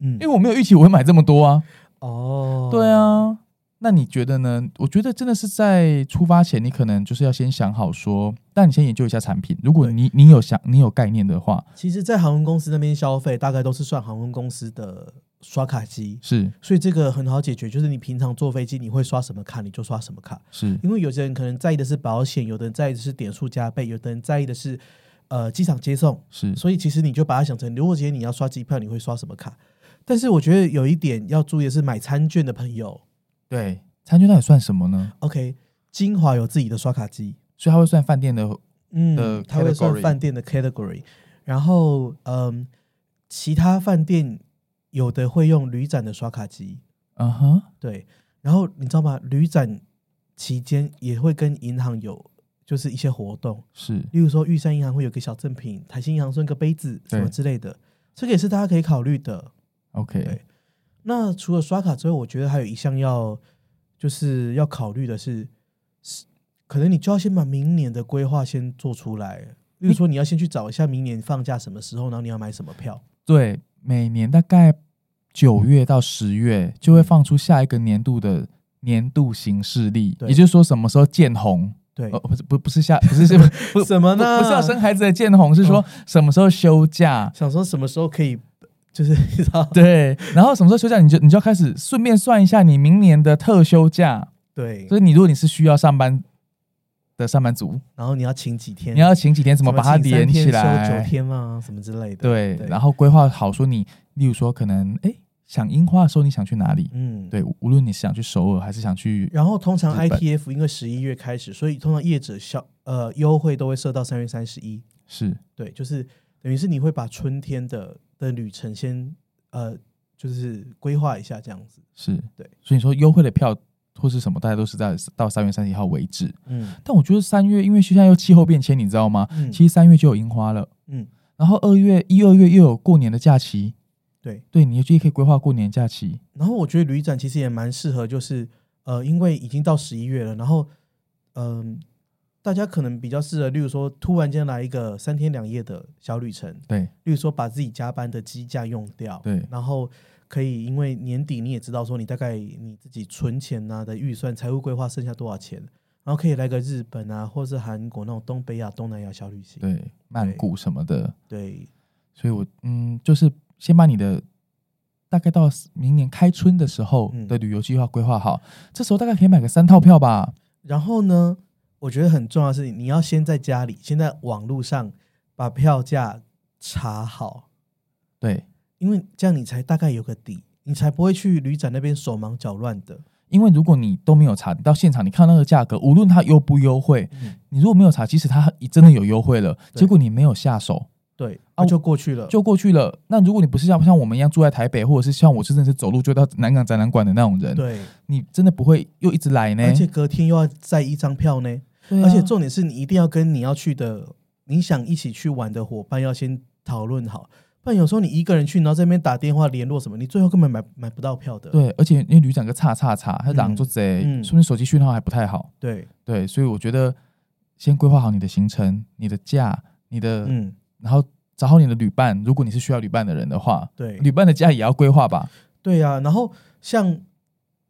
[SPEAKER 1] 嗯
[SPEAKER 2] 因为我没有预期我会买这么多啊。
[SPEAKER 1] 哦，
[SPEAKER 2] 对，啊，那你觉得呢？我觉得真的是在出发前，你可能就是要先想好说，但你先研究一下产品。如果
[SPEAKER 1] 对
[SPEAKER 2] 你你有想你有概念的话，
[SPEAKER 1] 其实，在航空公司那边消费，大概都是算航空公司的刷卡机。
[SPEAKER 2] 是
[SPEAKER 1] 所以这个很好解决，就是你平常坐飞机你会刷什么卡你就刷什么卡，
[SPEAKER 2] 是
[SPEAKER 1] 因为有些人可能在意的是保险，有的人在意的是点数加倍，有的人在意的是呃机场接送，
[SPEAKER 2] 是
[SPEAKER 1] 所以其实你就把它想成，如果今天你要刷机票，你会刷什么卡？但是我觉得有一点要注意的是，买餐券的朋友
[SPEAKER 2] 对，餐券到底算什么呢？
[SPEAKER 1] OK，金华有自己的刷卡机，
[SPEAKER 2] 所以它会算饭店的的
[SPEAKER 1] 嗯，它会
[SPEAKER 2] category
[SPEAKER 1] 算饭店的 category，然后嗯，其他饭店有的会用旅展的刷卡机，
[SPEAKER 2] 嗯哼，
[SPEAKER 1] 对，然后你知道吗？旅展期间也会跟银行有就是一些活动，
[SPEAKER 2] 是
[SPEAKER 1] 例如说玉山银行会有个小赠品，台新银行送个杯子什么
[SPEAKER 2] 对
[SPEAKER 1] 之类的，这个也是大家可以考虑的。
[SPEAKER 2] OK，
[SPEAKER 1] 对那除了刷卡之外，我觉得还有一项要就是要考虑的是，是可能你就要先把明年的规划先做出来。例如说，你要先去找一下明年放假什么时候，然后你要买什么票。
[SPEAKER 2] 对，每年大概九月到十月就会放出下一个年度的年度行事历，
[SPEAKER 1] 嗯对
[SPEAKER 2] 也就是说什么时候见红。
[SPEAKER 1] 对，
[SPEAKER 2] 呃，不是，不，不是下，不
[SPEAKER 1] (laughs)
[SPEAKER 2] 是是，不不
[SPEAKER 1] 什么呢
[SPEAKER 2] 不是要生孩子的见红，是说
[SPEAKER 1] 嗯
[SPEAKER 2] 什么时候休假？
[SPEAKER 1] 想说什么时候可以，就是 (laughs) 你知道，
[SPEAKER 2] 对，然后什么时候休假，你就你就要开始顺便算一下你明年的特休假。
[SPEAKER 1] 对，
[SPEAKER 2] 所以你如果你是需要上班的上班族，
[SPEAKER 1] 然后你要请几天，
[SPEAKER 2] 你要请几天，怎么把它
[SPEAKER 1] 请三
[SPEAKER 2] 连
[SPEAKER 1] 天
[SPEAKER 2] 起
[SPEAKER 1] 休九
[SPEAKER 2] 来？
[SPEAKER 1] 天嘛，什么之类的。
[SPEAKER 2] 对，然
[SPEAKER 1] 后
[SPEAKER 2] 后规划好说你，例如说可能哎想樱花的时候你想去哪里？
[SPEAKER 1] 嗯，
[SPEAKER 2] 对，无论你是想去首尔还是想去，
[SPEAKER 1] 然后通常
[SPEAKER 2] 日本
[SPEAKER 1] ITF 因为十一月开始，所以通常业者销呃优惠都会设到三月三十一。
[SPEAKER 2] 是
[SPEAKER 1] 对，就是等于是你会把春天的的旅程先呃就是规划一下这样子。
[SPEAKER 2] 是，
[SPEAKER 1] 对，
[SPEAKER 2] 所以说优惠的票或是什么，大家都是在到三月三十一号为止。
[SPEAKER 1] 嗯
[SPEAKER 2] 但我觉得三月，因为现在又气候变迁，你知道吗？
[SPEAKER 1] 嗯
[SPEAKER 2] 其实三月就有樱花了，
[SPEAKER 1] 嗯，
[SPEAKER 2] 然后二月一、二月又有过年的假期，
[SPEAKER 1] 对。
[SPEAKER 2] 对，你就可以规划过年假期。
[SPEAKER 1] 然后我觉得旅展其实也蛮适合，就是呃因为已经到十一月了，然后嗯、大家可能比较适合，例如说突然间来一个三天两夜的小旅程，
[SPEAKER 2] 对，
[SPEAKER 1] 例如说把自己加班的机假用掉，
[SPEAKER 2] 对
[SPEAKER 1] 然后可以因为年底你也知道说你大概你自己存钱呐、的预算、财务规划剩下多少钱，然后可以来个日本啊，或是韩国那种东北亚、东南亚小旅行，
[SPEAKER 2] 对，曼谷什么的，
[SPEAKER 1] 对
[SPEAKER 2] 所以我嗯，就是先把你的大概到明年开春的时候
[SPEAKER 1] 嗯
[SPEAKER 2] 的旅游计划规划好，这时候大概可以买个三套票吧。
[SPEAKER 1] 然后呢，我觉得很重要的是你要先在家里，先在网络上把票价查好，
[SPEAKER 2] 对，
[SPEAKER 1] 因为这样你才大概有个底，你才不会去旅展那边手忙脚乱的。
[SPEAKER 2] 因为如果你都没有查，你到现场你看到那个价格，无论它优不优惠，
[SPEAKER 1] 嗯，
[SPEAKER 2] 你如果没有查，即使它真的有优惠了，
[SPEAKER 1] 对
[SPEAKER 2] 结果你没有下手
[SPEAKER 1] 对，
[SPEAKER 2] 啊
[SPEAKER 1] 啊、就过去了，
[SPEAKER 2] 就过去了。那如果你不是像像我们一样住在台北，或者是像我真的是走路就到南港展览馆的那种人，
[SPEAKER 1] 对，
[SPEAKER 2] 你真的不会又一直来呢。
[SPEAKER 1] 而且隔天又要再一张票呢。
[SPEAKER 2] 对啊
[SPEAKER 1] 而且重点是你一定要跟你要去的、你想一起去玩的伙伴要先讨论好，不然有时候你一个人去，然后这边打电话联络什么，你最后根本买买不到票的。
[SPEAKER 2] 对，而且因为旅长个叉叉叉，他狼
[SPEAKER 1] 嗯
[SPEAKER 2] 做贼，
[SPEAKER 1] 嗯
[SPEAKER 2] 说不定手机讯号还不太好。
[SPEAKER 1] 对，
[SPEAKER 2] 对，所以我觉得先规划好你的行程、你的假、你的，
[SPEAKER 1] 嗯，
[SPEAKER 2] 然后找好你的旅伴。如果你是需要旅伴的人的话，
[SPEAKER 1] 对，
[SPEAKER 2] 旅伴的假也要规划吧。
[SPEAKER 1] 对呀、然后像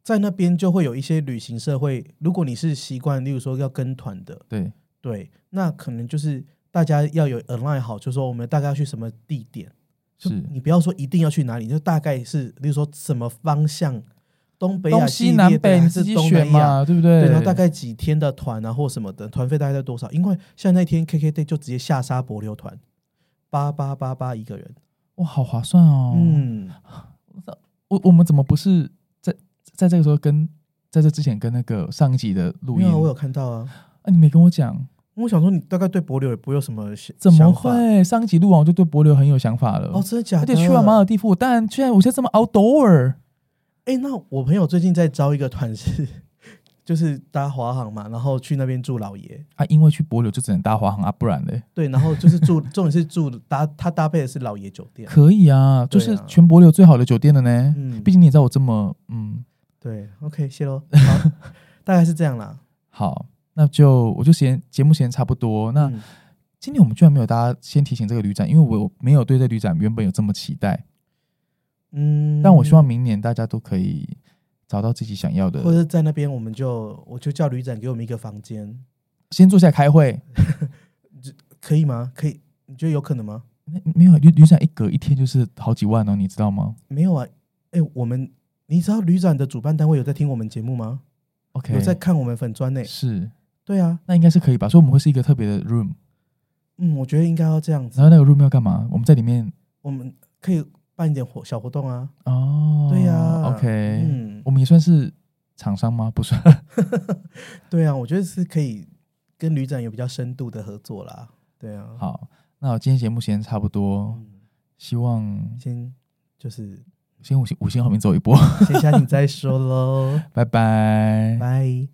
[SPEAKER 1] 在那边就会有一些旅行社会，如果你是习惯，例如说要跟团的，
[SPEAKER 2] 对，
[SPEAKER 1] 对，那可能就是大家要有 align 好，就说我们大概要去什么地点。就是你不要说一定要去哪里，就大概是，例如说什么方向，东北亚
[SPEAKER 2] 东
[SPEAKER 1] 系
[SPEAKER 2] 西
[SPEAKER 1] 列
[SPEAKER 2] 南
[SPEAKER 1] 的
[SPEAKER 2] 北
[SPEAKER 1] 还
[SPEAKER 2] 你
[SPEAKER 1] 是
[SPEAKER 2] 自己
[SPEAKER 1] 东
[SPEAKER 2] 选
[SPEAKER 1] 南亚
[SPEAKER 2] 嘛，对不对？
[SPEAKER 1] 对，然后大概几天的团啊或什么的，团费大概在多少？因为像那天 KKday 就直接下杀柏流团，八八八八一个人，
[SPEAKER 2] 哇，好划算哦。嗯，
[SPEAKER 1] 嗯，
[SPEAKER 2] 我我们怎么不是在在这个时候跟在这之前跟那个上一集的录
[SPEAKER 1] 没
[SPEAKER 2] 音？
[SPEAKER 1] 有啊我有看到啊，
[SPEAKER 2] 啊，你没跟我讲，
[SPEAKER 1] 我想说你大概对柏流也不会有什么想
[SPEAKER 2] 怎么
[SPEAKER 1] 想法
[SPEAKER 2] 会？上一集录完我就对柏流很有想法了。
[SPEAKER 1] 哦，真的假
[SPEAKER 2] 而
[SPEAKER 1] 的？
[SPEAKER 2] 且去完马尔蒂夫，我当然居然我现在这么 outdoor，
[SPEAKER 1] 哎、那我朋友最近在招一个团是， (laughs) 就是搭华航嘛，然后去那边住老爷，
[SPEAKER 2] 啊，因为去博流就只能搭华航啊，不然嘞，
[SPEAKER 1] 对，然后就是
[SPEAKER 2] (laughs)
[SPEAKER 1] 住，重点是住搭他搭配的是老爷酒店，
[SPEAKER 2] 可以啊，就
[SPEAKER 1] 对啊
[SPEAKER 2] 是全博流最好的酒店了呢。
[SPEAKER 1] 嗯，
[SPEAKER 2] 毕竟你也知道我这么嗯
[SPEAKER 1] 对，OK，谢喽，
[SPEAKER 2] (laughs)
[SPEAKER 1] 好大概是这样啦。
[SPEAKER 2] 好，那就我就时间节目时间差不多。那
[SPEAKER 1] 嗯
[SPEAKER 2] 今天我们居然没有大家先提醒这个旅展，因为我没有对这旅展原本有这么期待，
[SPEAKER 1] 嗯，
[SPEAKER 2] 但我希望明年大家都可以找到自己想要
[SPEAKER 1] 或
[SPEAKER 2] 的，
[SPEAKER 1] 者在那边，我们就我就叫旅展给我们一个房间，
[SPEAKER 2] 先坐下来开会。
[SPEAKER 1] 可以吗？可以？你觉得有可能吗？
[SPEAKER 2] 那没有旅旅展一隔一天就是好几万哦，你知道吗
[SPEAKER 1] 没有啊，哎、我们你知道旅展的主办单位有在听我们节目吗？
[SPEAKER 2] ？OK，
[SPEAKER 1] 有在看我们粉砖呢、
[SPEAKER 2] 是
[SPEAKER 1] 对啊，
[SPEAKER 2] 那应该是可以吧？所以我们会是一个特别的 room。
[SPEAKER 1] 嗯，我觉得应该要这样子，
[SPEAKER 2] 然后那个 room 要干嘛？我们在里面
[SPEAKER 1] 我们可以办一点活小活动啊。
[SPEAKER 2] 哦，
[SPEAKER 1] 对呀、
[SPEAKER 2] ，OK，、
[SPEAKER 1] 嗯
[SPEAKER 2] 我，们也算是厂商吗？不是，
[SPEAKER 1] 对啊，我觉得是可以跟旅展有比较深度的合作啦。对啊，
[SPEAKER 2] (laughs) 好，那我今天节目时间差不多，
[SPEAKER 1] 嗯，
[SPEAKER 2] 希望
[SPEAKER 1] 先就是
[SPEAKER 2] 先五星五星好评走一波， (laughs)
[SPEAKER 1] 先下你再说喽，
[SPEAKER 2] 拜拜。
[SPEAKER 1] 拜。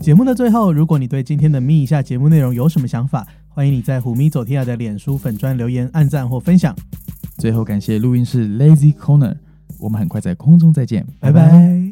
[SPEAKER 1] 节目的最后，如果你对今天的咪一下节目内容有什么想法，欢迎你在虎咪走天涯的脸书粉专留言、按赞或分享。
[SPEAKER 2] 最后感谢录音室 Lazy Corner，我们很快在空中再见，
[SPEAKER 1] 拜
[SPEAKER 2] 拜拜
[SPEAKER 1] 拜。